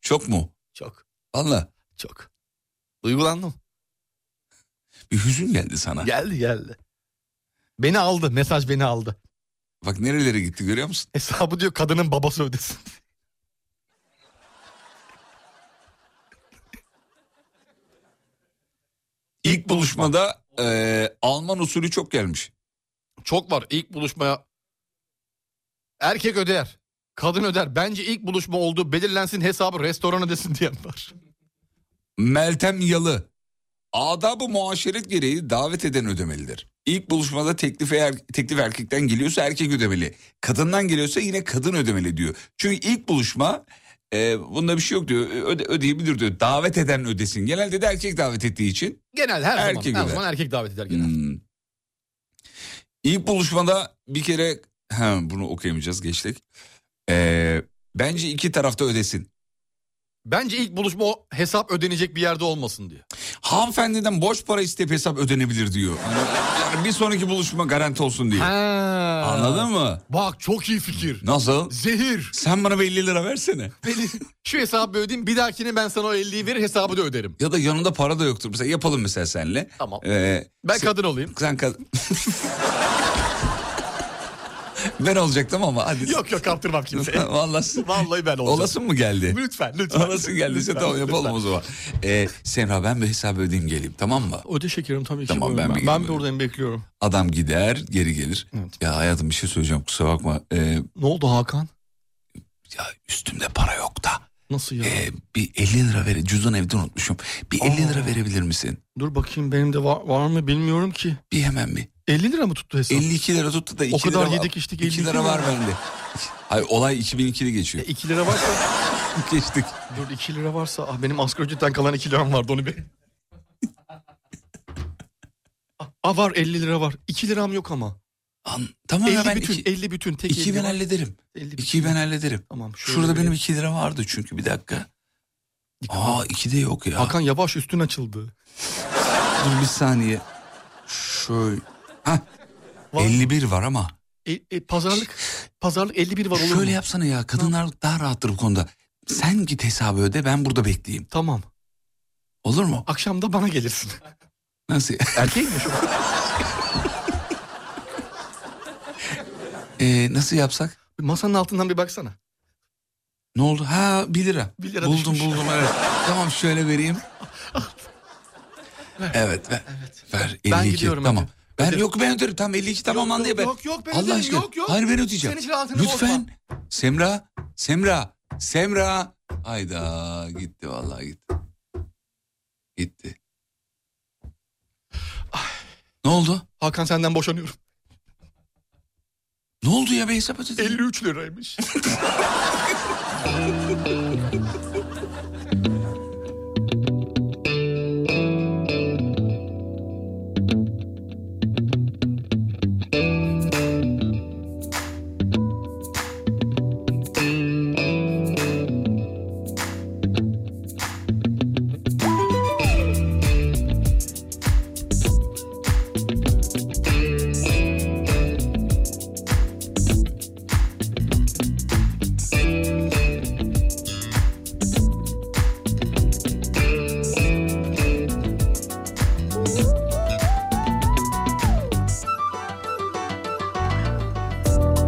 Çok mu? Çok. Valla. Çok. Duygulandım. Bir hüzün geldi sana. Geldi geldi. Beni aldı mesaj beni aldı. Bak nerelere gitti görüyor musun? Hesabı diyor kadının babası ödesin. İlk buluşmada e, Alman usulü çok gelmiş. Çok var ilk buluşmaya. Erkek öder. Kadın öder. Bence ilk buluşma olduğu belirlensin hesabı restoran ödesin diyen var. Meltem Yalı. Adabı muaşeret gereği davet eden ödemelidir. İlk buluşmada teklif, eğer, teklif erkekten geliyorsa erkek ödemeli. Kadından geliyorsa yine kadın ödemeli diyor. Çünkü ilk buluşma e, bunda bir şey yok diyor. Öde, ödeyebilir diyor. Davet eden ödesin. Genelde de erkek davet ettiği için. Genel her Erkek zaman. Her öder. zaman erkek davet eder. Hmm. İlk buluşmada bir kere ha, bunu okuyamayacağız geçtik. Ee, bence iki tarafta ödesin. Bence ilk buluşma o hesap ödenecek bir yerde olmasın diye. Hanımefendiden borç para isteyip hesap ödenebilir diyor. Yani, yani bir sonraki buluşma garanti olsun diye. Anladın mı? Bak çok iyi fikir. Nasıl? Zehir. Sen bana bir 50 lira versene. Beni- şu hesabı ödeyeyim bir dahakine ben sana o 50'yi verir hesabı da öderim. Ya da yanında para da yoktur. Mesela yapalım mesela senle. Tamam. Ee, Ben kadın olayım. sen kad- ben olacaktım ama hadi. Yok yok kaptırmam kimseye. Vallahi. Vallahi ben olacağım. Olasın mı geldi? Lütfen lütfen. Olasın geldiyse Lütfen, tamam yapalım lütfen. o zaman. Ee, Semra ben bir hesabı ödeyeyim geleyim tamam mı? Öde şekerim tabii ki. Tamam, ben Buyurun. bir ben, gidiyorum. buradayım bekliyorum. Adam gider geri gelir. Ya hayatım bir şey söyleyeceğim kusura bakma. Ee, Ne oldu Hakan? ya üstümde para yok da. Nasıl ya? Ee, bir 50 lira ver. Cüzdan evde unutmuşum. Bir 50 lira verebilir misin? Dur bakayım benim de var, var mı bilmiyorum ki. Bir hemen bir. 50 lira mı tuttu hesap? 52 lira tuttu da 2 O kadar lira var. yedik içtik, 2 52 lira var lira. E, bende. Hayır olay 2002'li geçiyor. 2 lira varsa Geçtik. dur 2 lira varsa ah benim asgari ücretten kalan 2 liram vardı onu bir. Ah var 50 lira var. 2 liram yok ama. An, tamam 50 ya ben bütün, iki- 50 bütün tek 2 50 ben var. hallederim. 50 bütün. 2'yi ben hallederim. Tamam. şöyle Şurada bir- benim 2 lira vardı çünkü bir dakika. Aa 2 de yok ya. Hakan yavaş üstün açıldı. Dur bir saniye. Şöyle. Hah. 51 var ama. E, e, pazarlık pazarlık 51 var olur mu? Şöyle yapsana ya. Kadınlar daha rahattır bu konuda. Sen git hesabı öde ben burada bekleyeyim. Tamam. Olur mu? Akşam da bana gelirsin. Nasıl? Erkek mi şu? Ee, nasıl yapsak? Masanın altından bir baksana. Ne oldu? Ha 1 lira. Bir lira buldum düşmüş. buldum evet. tamam şöyle vereyim. evet ver. Ver 52. Ben gidiyorum tamam. hadi. Ben Öderim. yok ben öderim. Tamam 52 tamam lan diye ben. Yok yok ben Allah öderim, aşkına. yok yok. Hayır ben ödeyeceğim. Senin için altını Lütfen. bozma. Semra. Semra. Semra. Hayda gitti vallahi gitti. Gitti. Ne oldu? Hakan senden boşanıyorum. Ne oldu ya be hesap ödedin? 53 liraymış.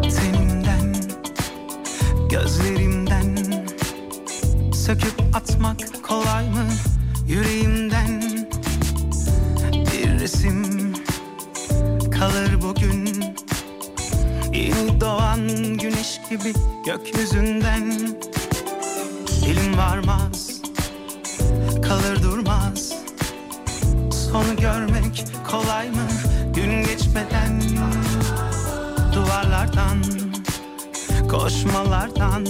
Tenimden, gözlerimden Söküp atmak kolay mı yüreğimden Bir resim kalır bugün Yeni doğan güneş gibi gökyüzünden Dilim varmaz Kalır durmaz Sonu görmek kolay mı Gün geçmeden Duvarlardan Koşmalardan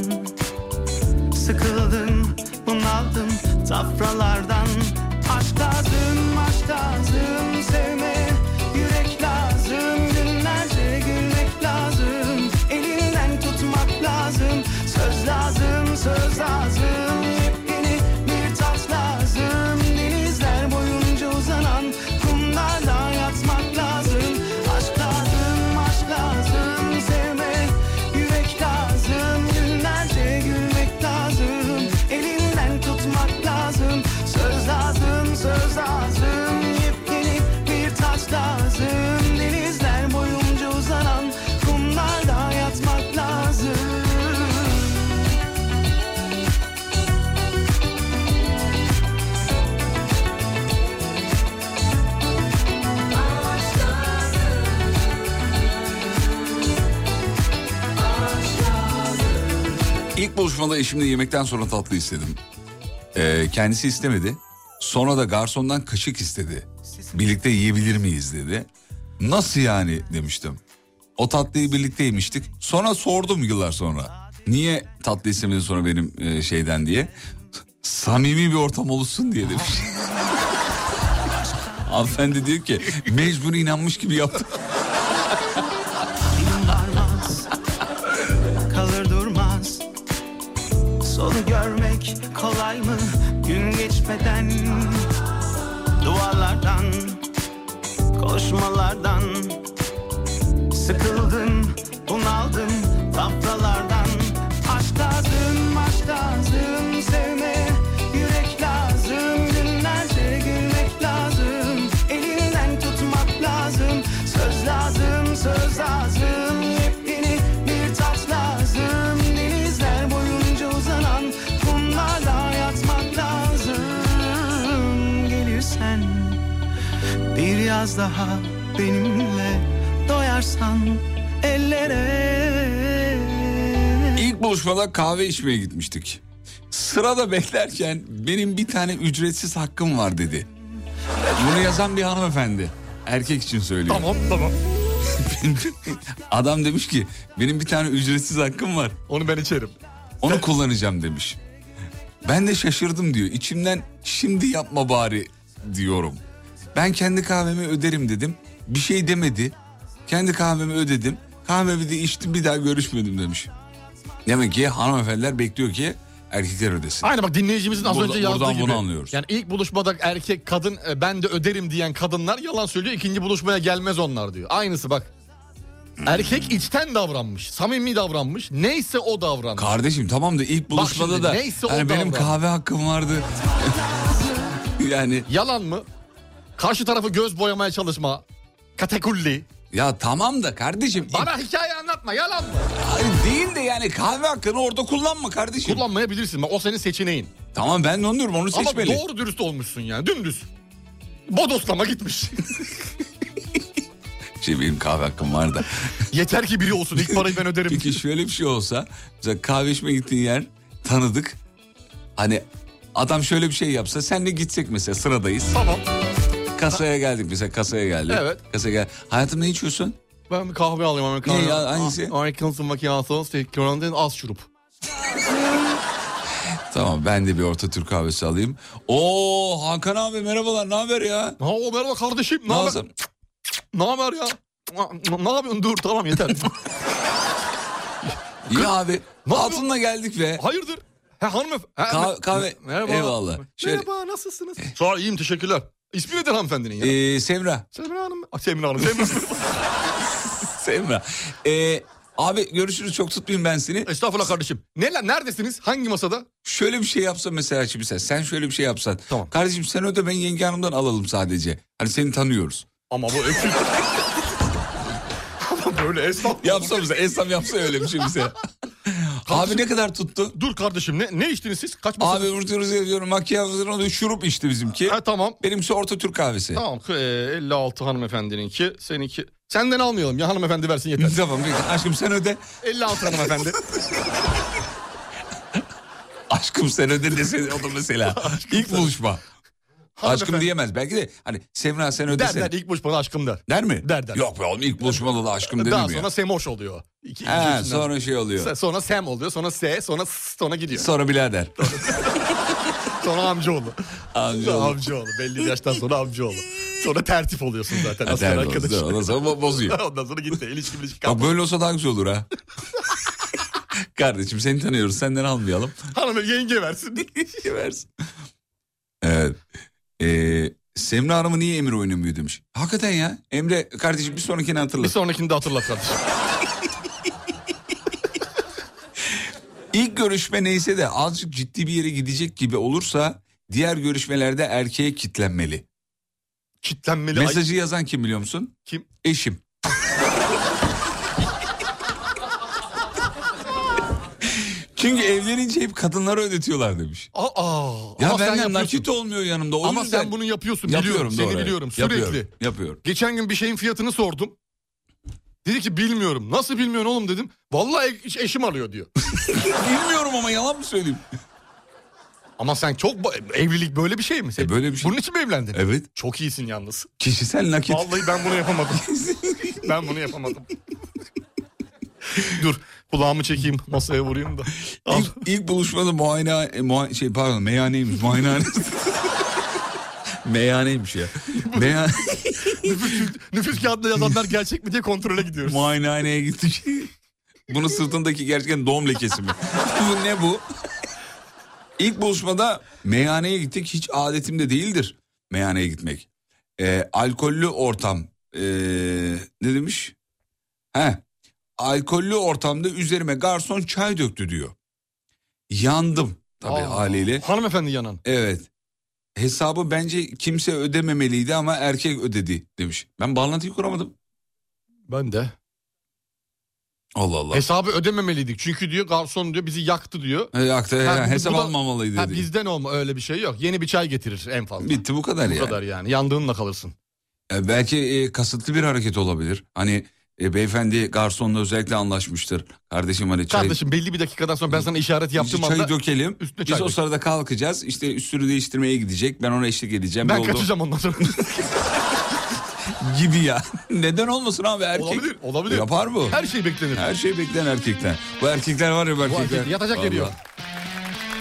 Sıkıldım Bunaldım Tafralardan Aşk lazım Aşk lazım Sevme Yürek lazım Günlerce gülmek lazım Elinden tutmak lazım Söz lazım Söz lazım Yepyeni bir tat lazım Denizler boyunca uzanan Kumlardan yatmak lazım Aşk lazım Aşk lazım Sevme Yürek lazım Günlerce gülmek lazım Elinden tutmak lazım Söz lazım söz lazım Yepyeni bir taç lazım Denizler boyunca uzanan Kumlarda yatmak lazım İlk buluşmada eşimle yemekten sonra tatlı istedim. Ee, kendisi istemedi. Sonra da garsondan kaşık istedi. Birlikte yiyebilir miyiz dedi. Nasıl yani demiştim. O tatlıyı birlikte yemiştik. Sonra sordum yıllar sonra. Niye tatlı istemedin sonra benim e, şeyden diye. Samimi bir ortam oluşsun diye demiş. Hanımefendi diyor ki mecbur inanmış gibi yaptım. Dilim varmaz Kalır durmaz Sonu görmek kolay mı Gün geçmeden Duvarlardan Koşmalardan Sıkıldım Bunaldım Tafralardan Aşk lazım Aşk lazım Sevme Yürek lazım Günlerce gülmek lazım Elinden tutmak lazım Söz lazım Söz lazım Yepyeni bir tat lazım Denizler boyunca uzanan Kumlarla yatmak lazım Gelirsen bir yaz daha benimle doyarsan ellere İlk buluşmada kahve içmeye gitmiştik. Sırada beklerken benim bir tane ücretsiz hakkım var dedi. Bunu yazan bir hanımefendi. Erkek için söylüyor. Tamam tamam. Adam demiş ki benim bir tane ücretsiz hakkım var. Onu ben içerim. Onu kullanacağım demiş. Ben de şaşırdım diyor. İçimden şimdi yapma bari diyorum. Ben kendi kahvemi öderim dedim. Bir şey demedi. Kendi kahvemi ödedim. Kahvemi de içtim bir daha görüşmedim demiş. Demek ki hanımefendiler bekliyor ki erkekler ödesin. Aynı bak dinleyicimizin az Burada- önce yazdığı buradan gibi. bunu anlıyoruz. Yani ilk buluşmada erkek kadın e, ben de öderim diyen kadınlar yalan söylüyor. İkinci buluşmaya gelmez onlar diyor. Aynısı bak. Hmm. Erkek içten davranmış. Samimi davranmış. Neyse o davranmış. Kardeşim tamam da ilk Bak buluşmada şimdi, da neyse o yani benim davran. kahve hakkım vardı. yani Yalan mı? Karşı tarafı göz boyamaya çalışma. Katekulli. ya tamam da kardeşim Bana hikaye anlatma yalan mı? ilk- değil de yani kahve hakkını orada kullanma kardeşim. Kullanmayabilirsin. Bak, O senin seçeneğin. Tamam ben de onu diyorum onu Ama seçmeli. doğru dürüst olmuşsun yani. Dümdüz. Bodoslama gitmiş. Şey benim kahve hakkım var da. Yeter ki biri olsun. İlk parayı ben öderim. Peki şöyle bir şey olsa mesela kahve içmeye gittiğin yer tanıdık. Hani adam şöyle bir şey yapsa senle gitsek mesela sıradayız. Tamam. Kasaya geldik mesela kasaya geldik. Evet. Kasaya gel. Hayatım ne içiyorsun? Ben bir kahve alayım Amerikan. Ah, Ne ya, hangisi? Amerikan makinası, Tekrardan şey, az şurup. Tamam ben de bir orta Türk kahvesi alayım. Oo Hakan abi merhabalar ne haber ya? Ha o merhaba kardeşim. Ne Ne haber? yapsam? Ne haber ya? Ah, Ne yapıyorsun? Dur tamam yeter. İyi abi Ne altınla geldik ve Hayırdır? He hanımefendi. he, Kahve- me- kahve. Merhaba. Eyvallah. Şöyle- Merhaba nasılsınız? Sağ ol, iyiyim teşekkürler. İsmi nedir hanımefendinin ya? ee, Semra. Semra Hanım. Ah, Semra Hanım. Semra Semra. Ee, abi görüşürüz çok tutmayayım ben seni. Estağfurullah kardeşim. Neler, neredesiniz? Hangi masada? Şöyle bir şey yapsa mesela şimdi sen, sen şöyle bir şey yapsan. Tamam. Kardeşim sen öde ben yenge hanımdan alalım sadece. Hani seni tanıyoruz. Ama bu öpüyor. Ama böyle esnaf. Yapsa bize esnaf yapsa öyle bir şey bize. abi ne kadar tuttu? Dur kardeşim ne, ne içtiniz siz? Kaç masa? Abi vurtuyoruz ediyorum makyajını alıyor şurup içti bizimki. Ha, tamam. Benimkisi orta Türk kahvesi. Tamam e, 56 hanımefendininki seninki. Senden almayalım ya hanımefendi versin yeter. Tamam peki. aşkım sen öde. 56 hanımefendi. Aşkım senede desene o da mesela. ilk buluşma. Aşkım Hanımefendi. diyemez. Belki de hani Semra sen Der ödesene. der ilk buluşmada aşkım der. Der mi? Der, der. Yok be oğlum ilk buluşmada da aşkım denir Daha mi sonra ya? Semoş oluyor. İki, He, iki üçünden. sonra şey oluyor. Se- Sonra Sem oluyor. Sonra S. Sonra S. Sonra gidiyor. Sonra birader. Sonra amcaoğlu. Amcaoğlu. Sonra amcaoğlu. Belli bir yaştan sonra amcaoğlu. Sonra tertip oluyorsun zaten. Ha, Asker derdi oldu. arkadaş. Ondan sonra bo- bozuyor. Ondan sonra gitti. İlişki ilişki Bak kalmadı. böyle olsa daha güzel olur ha. Kardeşim seni tanıyoruz senden almayalım. Hanım yenge versin. versin. Evet. Ee, Semra Hanım'ı niye Emre oynamıyor demiş. Hakikaten ya. Emre kardeşim bir sonrakini hatırla. Bir sonrakini de hatırlat kardeşim. İlk görüşme neyse de azıcık ciddi bir yere gidecek gibi olursa diğer görüşmelerde erkeğe kitlenmeli. Kitlenmeli. Mesajı yazan kim biliyor musun? Kim? Eşim. Çünkü evlenince hep kadınlara ödetiyorlar demiş. Aa, Ya ama sen benden yapıyorsun. nakit olmuyor yanımda. O Ama yüzden sen bunu yapıyorsun. yapıyorum biliyorum. Seni doğru, evet. biliyorum. Sürekli. Yapıyorum, yapıyorum. Geçen gün bir şeyin fiyatını sordum. Dedi ki bilmiyorum. Nasıl bilmiyorsun oğlum dedim. Vallahi e- eşim arıyor diyor. bilmiyorum ama yalan mı söyleyeyim? Ama sen çok ba- evlilik böyle bir şey mi? Sen- böyle bir şey. Bunun için mi evlendin? Evet. Çok iyisin yalnız. Kişisel nakit. Vallahi ben bunu yapamadım. ben bunu yapamadım. Dur kulağımı çekeyim masaya vurayım da. Al. İlk, ilk buluşmada muayene e, mua- şey pardon meyhaneymiş muayene meyhaneymiş ya. Meyhane, Nüfus kağıdına yazanlar gerçek mi diye kontrole gidiyoruz. muayenehaneye gittik. Bunun sırtındaki gerçekten doğum lekesi mi? bu ne bu? İlk buluşmada meyhaneye gittik. Hiç adetimde değildir meyhaneye gitmek. Ee, alkollü ortam. ee, ne demiş? He. Alkollü ortamda üzerime garson çay döktü diyor. Yandım tabii Aa, haliyle. Hanımefendi yanan. Evet. Hesabı bence kimse ödememeliydi ama erkek ödedi demiş. Ben bağlantıyı kuramadım. Ben de. Allah Allah. Hesabı ödememeliydik. Çünkü diyor garson diyor bizi yaktı diyor. He, yakta- Ha, he, bu- E, hesap bu da- almamalıydı Ha, dedi. bizden olma öyle bir şey yok. Yeni bir çay getirir en fazla. Bitti bu kadar Bu yani. kadar yani. Yandığınla kalırsın. E, belki e, kasıtlı bir hareket olabilir. Hani e, beyefendi garsonla özellikle anlaşmıştır. Kardeşim hani çay, Kardeşim belli bir dakikadan sonra ben sana işaret yaptığım çayı anda dökelim. üstüne Biz çay o dök. sırada kalkacağız. İşte üstünü değiştirmeye gidecek. Ben ona eşlik edeceğim. ben Yolda- kaçacağım ondan sonra. Gibi ya. Neden olmasın abi erkek? olabilir, olabilir. Yapar bu. Her şey beklenir. Her şey bekleyen erkekten. Bu erkekler var ya bu Bu erkekler. erkek yatacak yeri yok. Vallahi.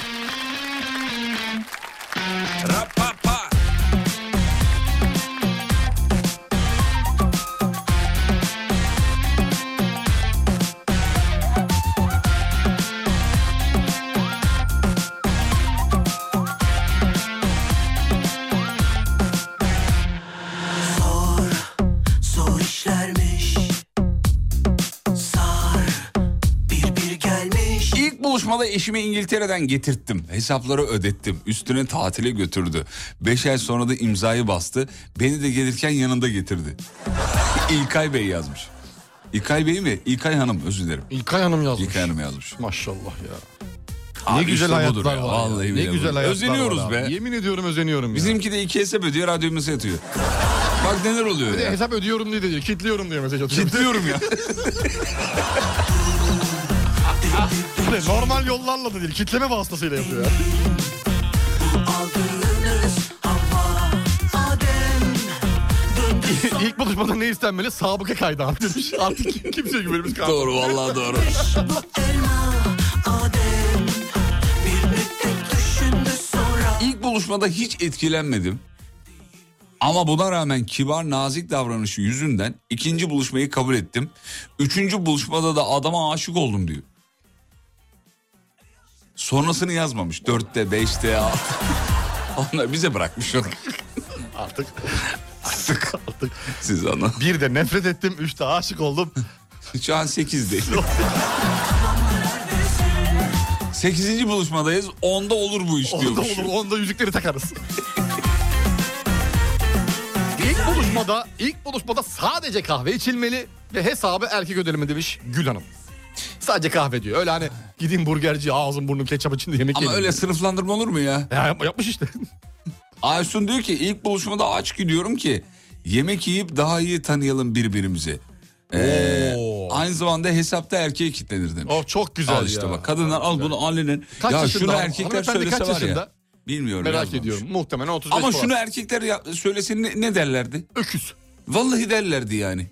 Zor işlermiş Sar Bir bir gelmiş İlk buluşmada eşimi İngiltere'den getirttim. Hesapları ödettim. Üstüne tatile götürdü. Beş ay sonra da imzayı bastı. Beni de gelirken yanında getirdi. İlkay Bey yazmış. İlkay Bey mi? İlkay Hanım özür dilerim. İlkay Hanım yazmış. İlkay Hanım yazmış. Maşallah ya. Abi ne güzel işte budur hayatlar ya, var. Vallahi ya. Ne billahi güzel budur. hayatlar Özeniyoruz var abi. be. Yemin ediyorum özeniyorum ya. Bizimki de ikiye hesap ödüyor, radyomuza yatıyor. Bak neler oluyor Bir de ya. hesap ödüyorum diye diyor. Kitliyorum diyor mesaj atıyor. Kitliyorum ya. Böyle Normal yollarla da değil. Kitleme vasıtasıyla yapıyor ya. Aldınız hava Adem Döndü İlk buluşmada ne istenmeli? Sabıka kaydı abi demiş. Artık kim- kimseye güvenimiz kalmadı. doğru vallahi doğru. bu elma Adem Bir müddet düşündü sonra İlk buluşmada hiç etkilenmedim. Ama buna rağmen kibar nazik davranışı yüzünden ikinci buluşmayı kabul ettim. Üçüncü buluşmada da adama aşık oldum diyor. Sonrasını yazmamış. Dörtte, beşte, altı. Onlar bize bırakmış onu. Artık. Artık Artık. siz anla. Bir de nefret ettim. Üçte aşık oldum. Şu an sekizdeyiz. Sekizinci buluşmadayız. Onda olur bu iş Onda diyormuş. olur. Onda yüzükleri takarız. ilk buluşmada, ilk buluşmada sadece kahve içilmeli ve hesabı erkek ödeli demiş Gül Hanım. Sadece kahve diyor. Öyle hani gideyim burgerciye ağzım burnum ketçap içinde yemek Ama yemeyeyim. öyle sınıflandırma olur mu ya? Ya yap- yapmış işte. Aysun diyor ki ilk buluşmada aç gidiyorum ki yemek yiyip daha iyi tanıyalım birbirimizi. Ee, Oo. Aynı zamanda hesapta erkeğe kitlenir demiş. Oh çok güzel al işte ya. bak kadınlar al bunu alenen. Kaç ya yaşında şunu hanım- erkekler hanımefendi söylese kaç var ya. yaşında? Bilmiyorum. Merak yazmamış. ediyorum. Muhtemelen 35 Ama falan. şunu erkekler ya, söylese ne, ne derlerdi? Öküz. Vallahi derlerdi yani.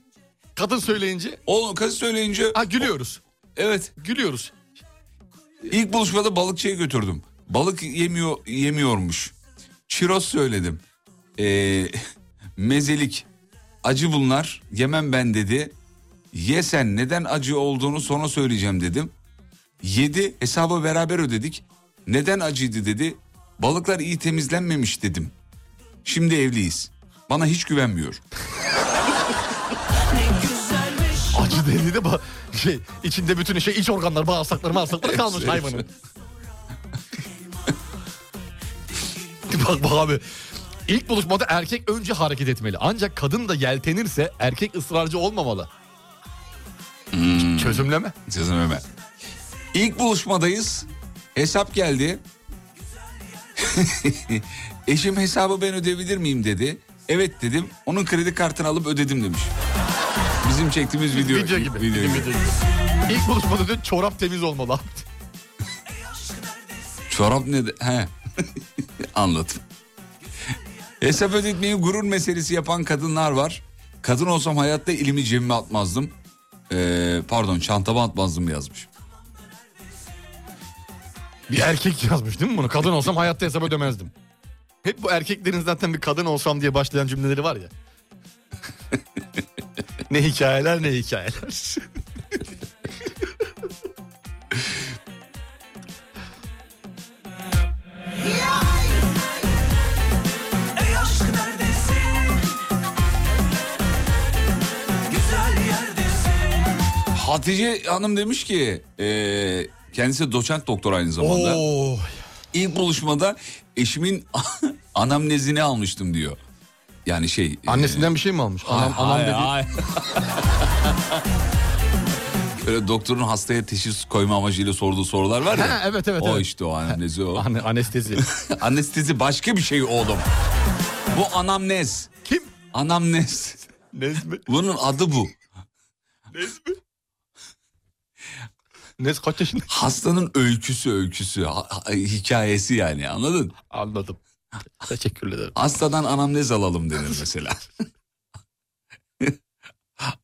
Kadın söyleyince? O kadın söyleyince. Ha gülüyoruz. Evet. Gülüyoruz. İlk buluşmada balıkçıya götürdüm. Balık yemiyor yemiyormuş. Çiroz söyledim. Ee, mezelik. Acı bunlar. Yemem ben dedi. Ye sen neden acı olduğunu sonra söyleyeceğim dedim. Yedi hesabı beraber ödedik. Neden acıydı dedi. Balıklar iyi temizlenmemiş dedim. Şimdi evliyiz. Bana hiç güvenmiyor. Acı dediği de ba- şey, içinde bütün şey iç organlar, bağırsakları, bağırsakları kalmış Hepsi, hayvanın. bak bak abi. İlk buluşmada erkek önce hareket etmeli. Ancak kadın da yeltenirse erkek ısrarcı olmamalı. Çözümleme. Hmm. Çözümleme. İlk buluşmadayız. Hesap geldi. Eşim hesabı ben ödeyebilir miyim dedi. Evet dedim. Onun kredi kartını alıp ödedim demiş. Bizim çektiğimiz video, Video gibi. Video gibi. İlk buluşmada diyor çorap temiz olmalı abi. Çorap ne de... He. Anladım. Hesap ödetmeyi gurur meselesi yapan kadınlar var. Kadın olsam hayatta elimi cebime atmazdım. Ee, pardon çantama atmazdım yazmış. Bir erkek yazmış değil mi bunu? Kadın olsam hayatta hesap ödemezdim. Hep bu erkeklerin zaten bir kadın olsam diye başlayan cümleleri var ya. ne hikayeler ne hikayeler. Ey aşk neredesin? Güzel yerdesin. Hatice Hanım demiş ki e, kendisi doçent doktor aynı zamanda. Oo. İlk buluşmada eşimin anamnezini almıştım diyor. Yani şey. e, Annesinden bir şey mi almış? Anam, Hayır, anam hayır, dedi. hayır. Böyle doktorun hastaya teşhis koyma amacıyla sorduğu sorular var ya. Ha, evet, evet, O evet. işte o anamnezi o. anestezi. anestezi başka bir şey oğlum. Bu anamnez. Kim? Anamnez. Nez mi? Bunun adı bu. Nez kaç yaşında? Hastanın öyküsü öyküsü ha- ha- hikayesi yani anladın? Anladım. Teşekkür ederim. Hastadan anamnez alalım denir mesela.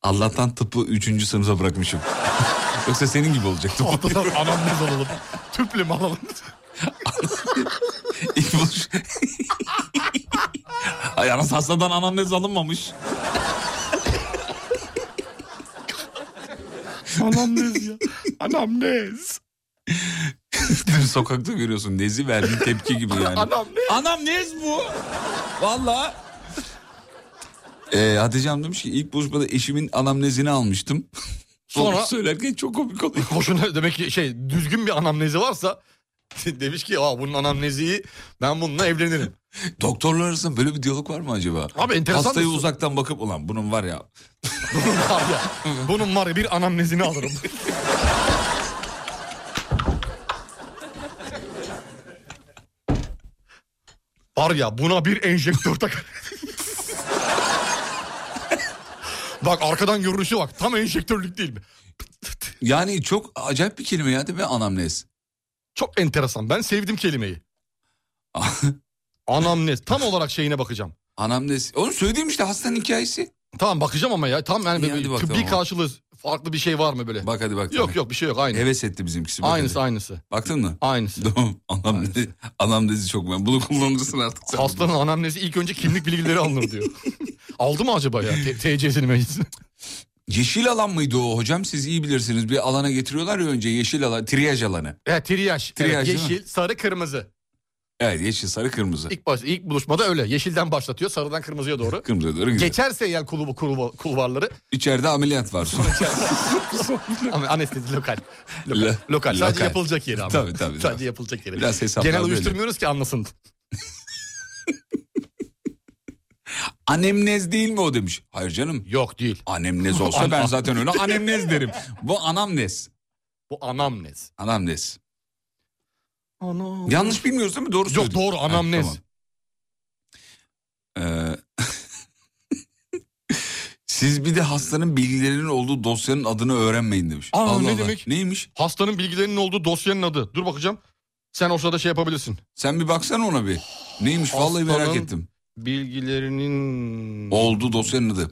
Allah'tan tıpı 3. sınıfa bırakmışım. Yoksa senin gibi olacaktım. Ortadan anamnez alalım. Tüple mi alalım? İlk buluş... Ay anas hastadan anamnez alınmamış. anamnez ya. Anamnez. Dün sokakta görüyorsun nezi verdiğin tepki gibi yani. Anamnez. Anamnez bu. Valla. Ee, Hatice Hanım demiş ki ilk buluşmada eşimin anamnezini almıştım. Sonra Sonra- söylerken çok komik oluyor. Boşuna demek ki şey düzgün bir anamnezi varsa demiş ki Aa, bunun anamnezi iyi ben bununla evlenirim. Doktorlar arasında böyle bir diyalog var mı acaba? Abi enteresan Hastayı bir soru. uzaktan bakıp ulan bunun var ya. Bunun var ya, bunun var ya bir anamnezini alırım. var ya buna bir enjektör tak. bak arkadan görünüşe bak tam enjektörlük değil mi? Yani çok acayip bir kelime ya değil mi anamnez? Çok enteresan ben sevdim kelimeyi. Anamnez tam olarak şeyine bakacağım. Anamnez. Onu söylediğim işte hastanın hikayesi. Tamam bakacağım ama ya tam yani İyi, hadi böyle bakalım tıbbi ama. karşılığı farklı bir şey var mı böyle? Bak hadi bak. yok yok bir şey yok aynı. Heves etti bizimkisi. bak aynısı hadi. aynısı. Baktın mı? Aynısı. Tamam. Anamnez, anamnezi çok ben. Bunu kullanırsın artık sen. Hastanın anamnezi ilk önce kimlik bilgileri alınır diyor. Aldı mı acaba ya T- TC'sini meclisini? Yeşil alan mıydı o hocam? Siz iyi bilirsiniz. Bir alana getiriyorlar ya önce yeşil alan, triyaj alanı. E, triyaj. Triyaj, Evet, değil mi? yeşil, sarı, kırmızı. Evet yeşil, sarı, kırmızı. İlk baş, ilk buluşmada öyle. Yeşilden başlatıyor, sarıdan kırmızıya doğru. Kırmızı doğru gidiyor. Geçerse eğer kulu, kulu, kulvarları İçeride ameliyat var. Sonra ama anestezi lokal. Lokal. Lo- lokal. Sadece lokal. yapılacak yeri ama. Tabii, tabii, Sadece tabii. yapılacak yeri. Biraz hesaplar Genel böyle. uyuşturmuyoruz ki anlasın. anemnez değil mi o demiş. Hayır canım. Yok değil. Anemnez olsa ben zaten öyle anemnez derim. Bu anamnez. Bu anamnez. Anamnez. Yanlış bilmiyoruz değil mi? Doğru Yok söyledim. doğru Ha, anamnez. tamam. Ee, Siz bir de hastanın bilgilerinin olduğu dosyanın adını öğrenmeyin demiş. Aa Allah ne Allah. demek? Neymiş? Hastanın bilgilerinin olduğu dosyanın adı. Dur bakacağım. Sen o sırada şey yapabilirsin. Sen bir baksana ona bir. Neymiş vallahi merak Hastanın ettim. Bilgilerinin... Oldu dosyanın adı.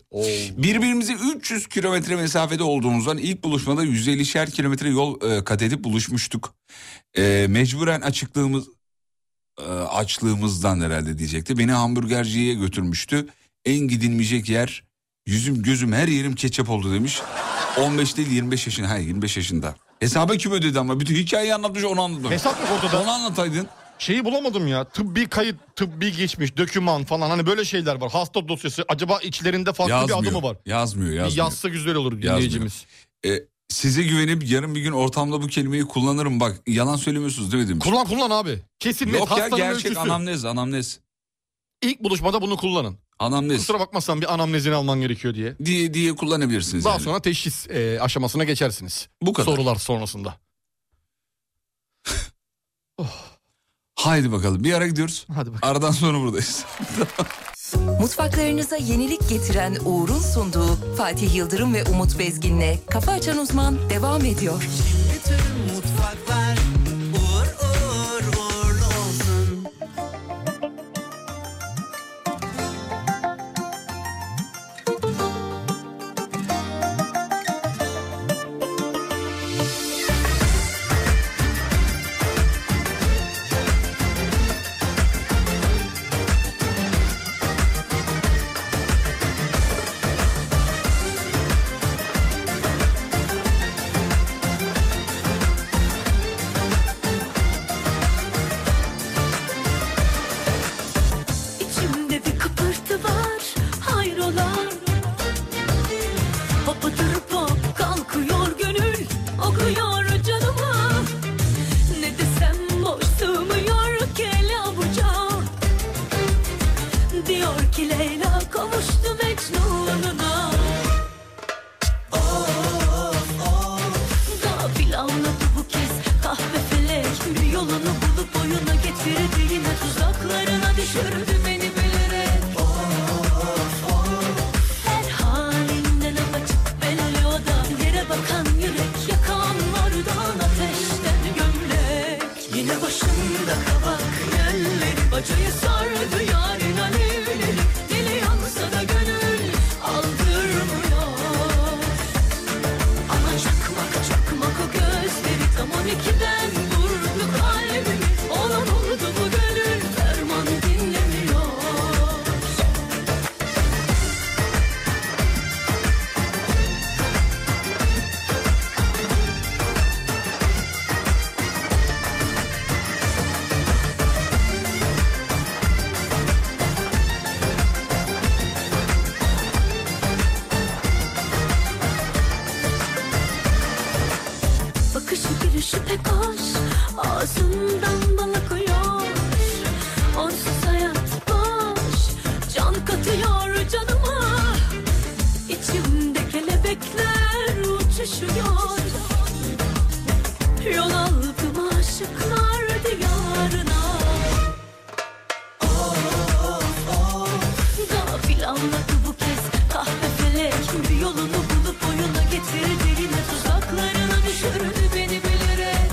Birbirimize 300 kilometre mesafede olduğumuzdan ilk buluşmada 150'şer kilometre yol e, kat edip buluşmuştuk. E, mecburen açıklığımız e, açlığımızdan herhalde diyecekti. Beni hamburgerciye götürmüştü. En gidilmeyecek yer yüzüm gözüm her yerim ketçap oldu demiş. 15 değil 25 yaşında. Hayır 25 yaşında. Hesabı kim ödedi ama bütün hikayeyi anlatmış onu anlatmış. Hesap yok ortada. Onu anlataydın. Şeyi bulamadım ya. Tıbbi kayıt, tıbbi geçmiş, döküman falan. Hani böyle şeyler var. Hasta dosyası. Acaba içlerinde farklı bir adı mı var? Yazmıyor Bir yazmıyor. yazsa güzel olur Yazmıyor. dinleyicimiz. E, size güvenip yarın bir gün ortamda bu kelimeyi kullanırım bak. Yalan söylemiyorsunuz değil mi demiş. Kullan kullan abi. Kesin net. Yok ya Hastanın gerçek ölçüsü. anamnez anamnez. İlk buluşmada bunu kullanın. Anamnez. Kusura bakmazsan bir anamnezini alman gerekiyor diye. Diye, diye kullanabilirsiniz. Daha yani. sonra teşhis e, aşamasına geçersiniz. Bu kadar. Sorular sonrasında. Haydi bakalım bir ara gidiyoruz. Hadi bakalım. Aradan sonra buradayız. Mutfaklarınıza yenilik getiren Uğur'un sunduğu Fatih Yıldırım ve Umut Bezgin'le Kafa Açan Uzman devam ediyor. Bütün mutfaklar uğur uğur uğurlu olsun. İçimde bir kıpırtı var hayrola Papatır pop kalkıyor gönül okuyor canıma Ne desem boş sığmıyor kele avuca Diyor ki Leyla kavuştu Mecnun'una Gafil avladı bu kez kahve felek Yolunu bulup oyuna getirdi yine tuzaklarına düşürdü beni bilerek Her halinden apaçık belli o da Yere bakan yürek yakanlardan ateşten gömlek Yine başında kabak yelleri Bacayı sardı yarın alevleri Dili yansa da gönül aldırmıyor ama çakmak çakmak o gözleri tam on ikiden vurdu kalbimi Ona vurdu bu gönül ferman dinlemiyor Bakışı girişi pek hoş Ağzından bal akıyor Onsuz hayat boş Can katıyor canıma İçimde kelebekler uçuşuyor Yol aldım aşıklar diyarına Gafil anlattı bu kez kahve felek Bir yolunu bulup oyuna getirdi yine tuzaklarına düşürdü beni bilerek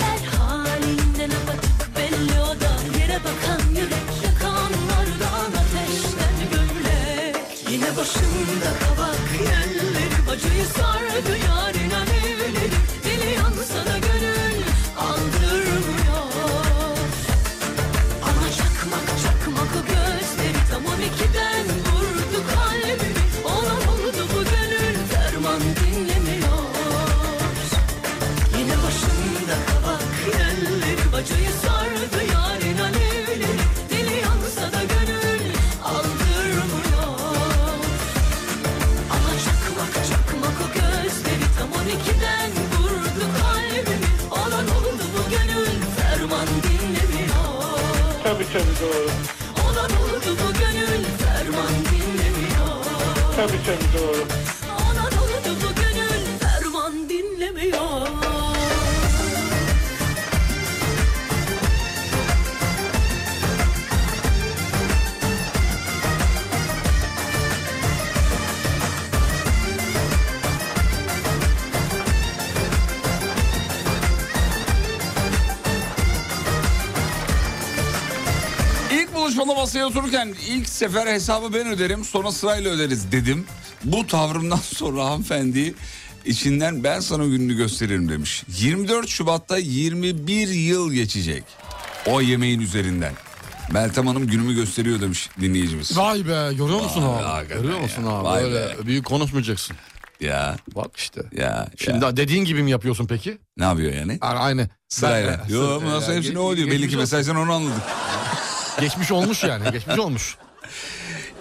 Her halinden apatık belli o da Yere bakan yürek yakanlardan ateşten gömlek Yine başında kabak yelleri Bacayı sardı yarın alevleri Deli yansa da gönül aldırmıyor ama çakmak çakmak o gözleri tam on ikiden vurdu kalbimi Ona vurdu bu gönül ferman dinlemiyor Yine başında kabak yelleri bacayı sardı yarın alevleri Deli yansa da gönül aldırmıyor Ama çakmak çakmak o gözleri tam on ikiden vurdu kalbimi Ona vurdu bu gönül ferman dinlemiyor Tabii tabii doğru. Olan oldu bu gönül ferman dinlemiyor. Tabii tabii doğru. Olan oldu bu gönül ferman dinlemiyor. Telefonla masaya otururken ilk sefer hesabı ben öderim sonra sırayla öderiz dedim. Bu tavrımdan sonra hanımefendi içinden ben sana gününü gösteririm demiş. 24 Şubat'ta 21 yıl geçecek o yemeğin üzerinden. Meltem Hanım günümü gösteriyor demiş dinleyicimiz. Vay be görüyor musun Vay be, abi? hakikaten Görüyor ya. musun abi? Vay Böyle büyük konuşmayacaksın. Ya. Bak işte. Ya. Şimdi dediğin gibi mi yapıyorsun peki? Ne yapıyor yani? Yani aynı. Sırayla. Ben- e, Yo, Sırayla. nasıl hepsini Ge- o diyor. Belli geçmiş ki olsun. mesajdan onu anladık. Geçmiş olmuş yani. Geçmiş olmuş.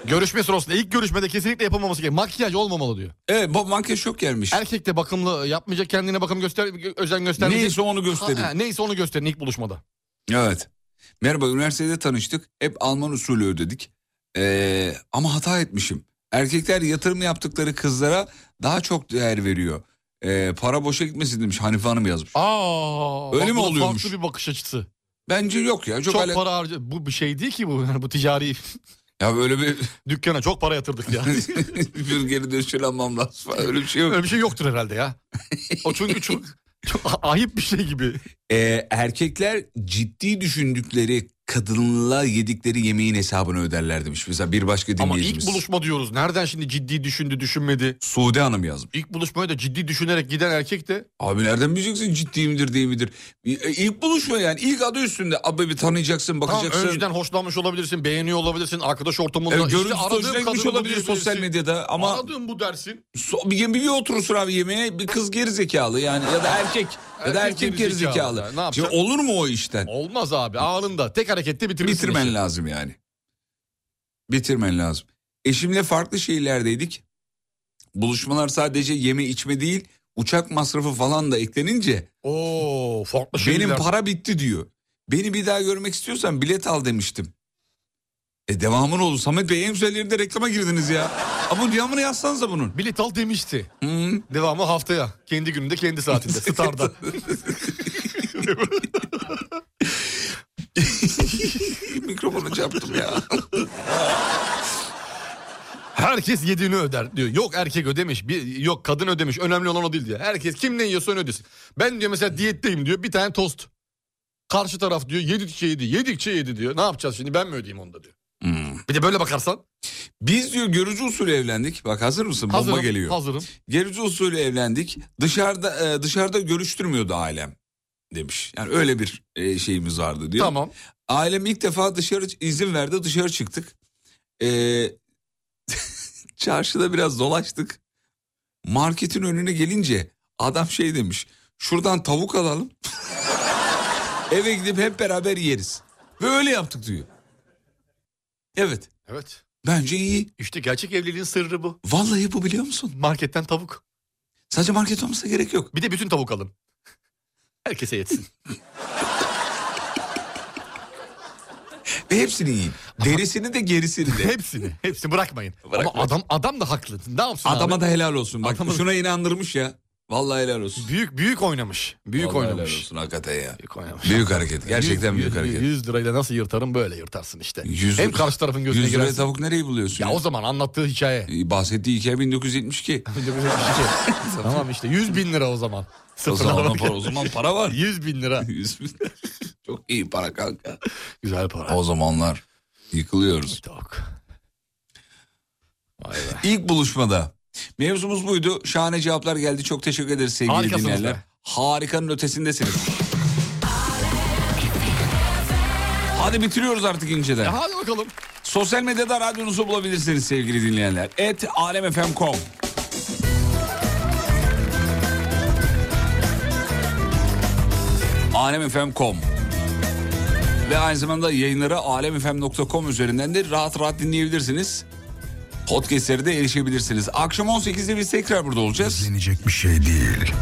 Görüşme sırasında ilk görüşmede kesinlikle yapılmaması gerekiyor. Makyaj olmamalı diyor. Evet bu makyaj çok gelmiş. Erkek de bakımlı yapmayacak kendine bakım göster özen göstermeyecek. Neyse onu gösterin. Ha, ha, neyse onu gösterin ilk buluşmada. Evet. Merhaba üniversitede tanıştık. Hep Alman usulü ödedik. Ee, ama hata etmişim. Erkekler yatırım yaptıkları kızlara daha çok değer veriyor. Ee, para boşa gitmesin demiş Hanife Hanım yazmış. Aa, Öyle bak mi bu da oluyormuş? Farklı bir bakış açısı. Bence yok ya. Çok, Çok, ala- para harca... Bu bir şey değil ki bu. Yani bu ticari Ya böyle bir... dükkana çok para yatırdık ya. bir geri dönüşü almam lazım. falan. Öyle bir şey yok. Öyle bir şey yoktur herhalde ya. O çünkü çok, çok ayıp bir şey gibi. Ee, erkekler ciddi düşündükleri kadınla yedikleri yemeğin hesabını öderler demiş. Mesela bir başka Ama dinleyicimiz. ilk buluşma diyoruz. Nereden şimdi ciddi düşündü düşünmedi? Sude Hanım yazmış. İlk buluşmaya da ciddi düşünerek giden erkek de Abi nereden bileceksin ciddi midir değil midir? E, İlk buluşma yani ilk adı üstünde. Abi bir tanıyacaksın tamam, bakacaksın. önceden hoşlanmış olabilirsin, beğeniyor olabilirsin, arkadaş ortamında. Evet, İşte görüntüsü aradığım hoşuna kadını gitmiş olabilir bulabilirsin. sosyal medyada ama- Aradığım bu dersin. So- bir, bir, bir oturursun abi yemeğe bir kız geri zekalı yani ya da erkek ya da Erkek erkek geri gerizekalı. zekalı. Ne yapacaksın? Şimdi olur mu o işten? Olmaz abi anında tek harekette bitirirsin. Bitirmen işi. lazım yani. Bitirmen lazım. Eşimle farklı şehirlerdeydik. Buluşmalar sadece yeme içme değil uçak masrafı falan da eklenince Oo farklı şeyler. benim para bitti diyor. Beni bir daha görmek istiyorsan bilet al demiştim. E devamın oldu. Samet Bey en güzel yerinde reklama girdiniz ya. Ama devamını yazsanıza bunun. Bilet al demişti. Devamı haftaya. Kendi gününde kendi saatinde. Star'da. Mikrofonu çarptım ya. Herkes yediğini öder diyor. Yok erkek ödemiş. Bir, yok kadın ödemiş. Önemli olan o değil diyor. Herkes kim ne yiyorsa onu ödesin. Ben diyor mesela diyetteyim diyor. Bir tane tost. Karşı taraf diyor yedikçe yedi. Yedikçe yedi diyor. Ne yapacağız şimdi ben mi ödeyeyim onu da diyor. Bir de böyle bakarsan. Biz diyor görücü usulü evlendik. Bak hazır mısın? Bomba hazırım, geliyor. Hazırım. Görücü usulü evlendik. Dışarıda e, dışarıda görüştürmüyordu ailem demiş. Yani öyle bir e, şeyimiz vardı diyor. Tamam. Ailem ilk defa dışarı izin verdi. Dışarı çıktık. E, çarşıda biraz dolaştık. Marketin önüne gelince adam şey demiş. Şuradan tavuk alalım. Eve gidip hep beraber yeriz. Ve öyle yaptık diyor. Evet. Evet. Bence iyi. İşte gerçek evliliğin sırrı bu. Vallahi bu biliyor musun? Marketten tavuk. Sadece market olmasına gerek yok. Bir de bütün tavuk alın. Herkese yetsin. Ve hepsini yiyin. Derisini de gerisini de. hepsini. Hepsini bırakmayın. Ama adam adam da haklı. Ne yapsın Adama abi? da helal olsun. Bak Adama da- şuna inandırmış ya. Vallahi helal olsun. Büyük büyük oynamış. Büyük Vallahi oynamış. helal olsun hakikaten ya. Büyük oynamış. Büyük hareket. Gerçekten Yüz- büyük yüz- hareket. 100 lirayla nasıl yırtarım böyle yırtarsın işte. Yüz Hem lira- karşı tarafın gözüne 100 liraya girersin. tavuk nereyi buluyorsun Ya ya? o zaman anlattığı hikaye. Ee, Bahsettiği hikaye 1972. tamam işte 100 bin lira o zaman. o, Sıfırdan zaman bak- para, o zaman para var. 100 bin lira. 100 bin lira. Çok iyi para kanka. Güzel para. O zamanlar yıkılıyoruz. Tavuk. İlk buluşmada. Mevzumuz buydu. Şahane cevaplar geldi. Çok teşekkür ederiz sevgili Harikasınız dinleyenler. be. Harikanın ötesindesiniz. Hadi bitiriyoruz artık inceden. E hadi bakalım. Sosyal medyada radyonuzu bulabilirsiniz sevgili dinleyenler. Et alemfm.com alemfm.com ve aynı zamanda yayınları alemfm.com üzerinden de rahat rahat dinleyebilirsiniz. Podcast'lere de erişebilirsiniz. Akşam 18'de biz tekrar burada olacağız. Denecek bir şey değil.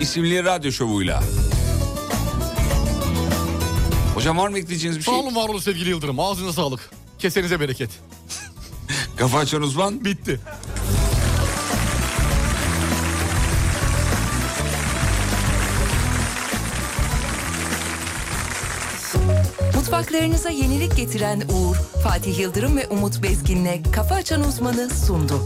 İsimli radyo şovuyla. Hocam var mı ekleyeceğiniz bir Sağ şey? olun var olun sevgili Yıldırım. Ağzına sağlık. Kesenize bereket. Kafa açan uzman. Bitti. Mutfaklarınıza yenilik getiren Uğur, Fatih Yıldırım ve Umut Bezgin'le Kafa Açan Uzman'ı sundu.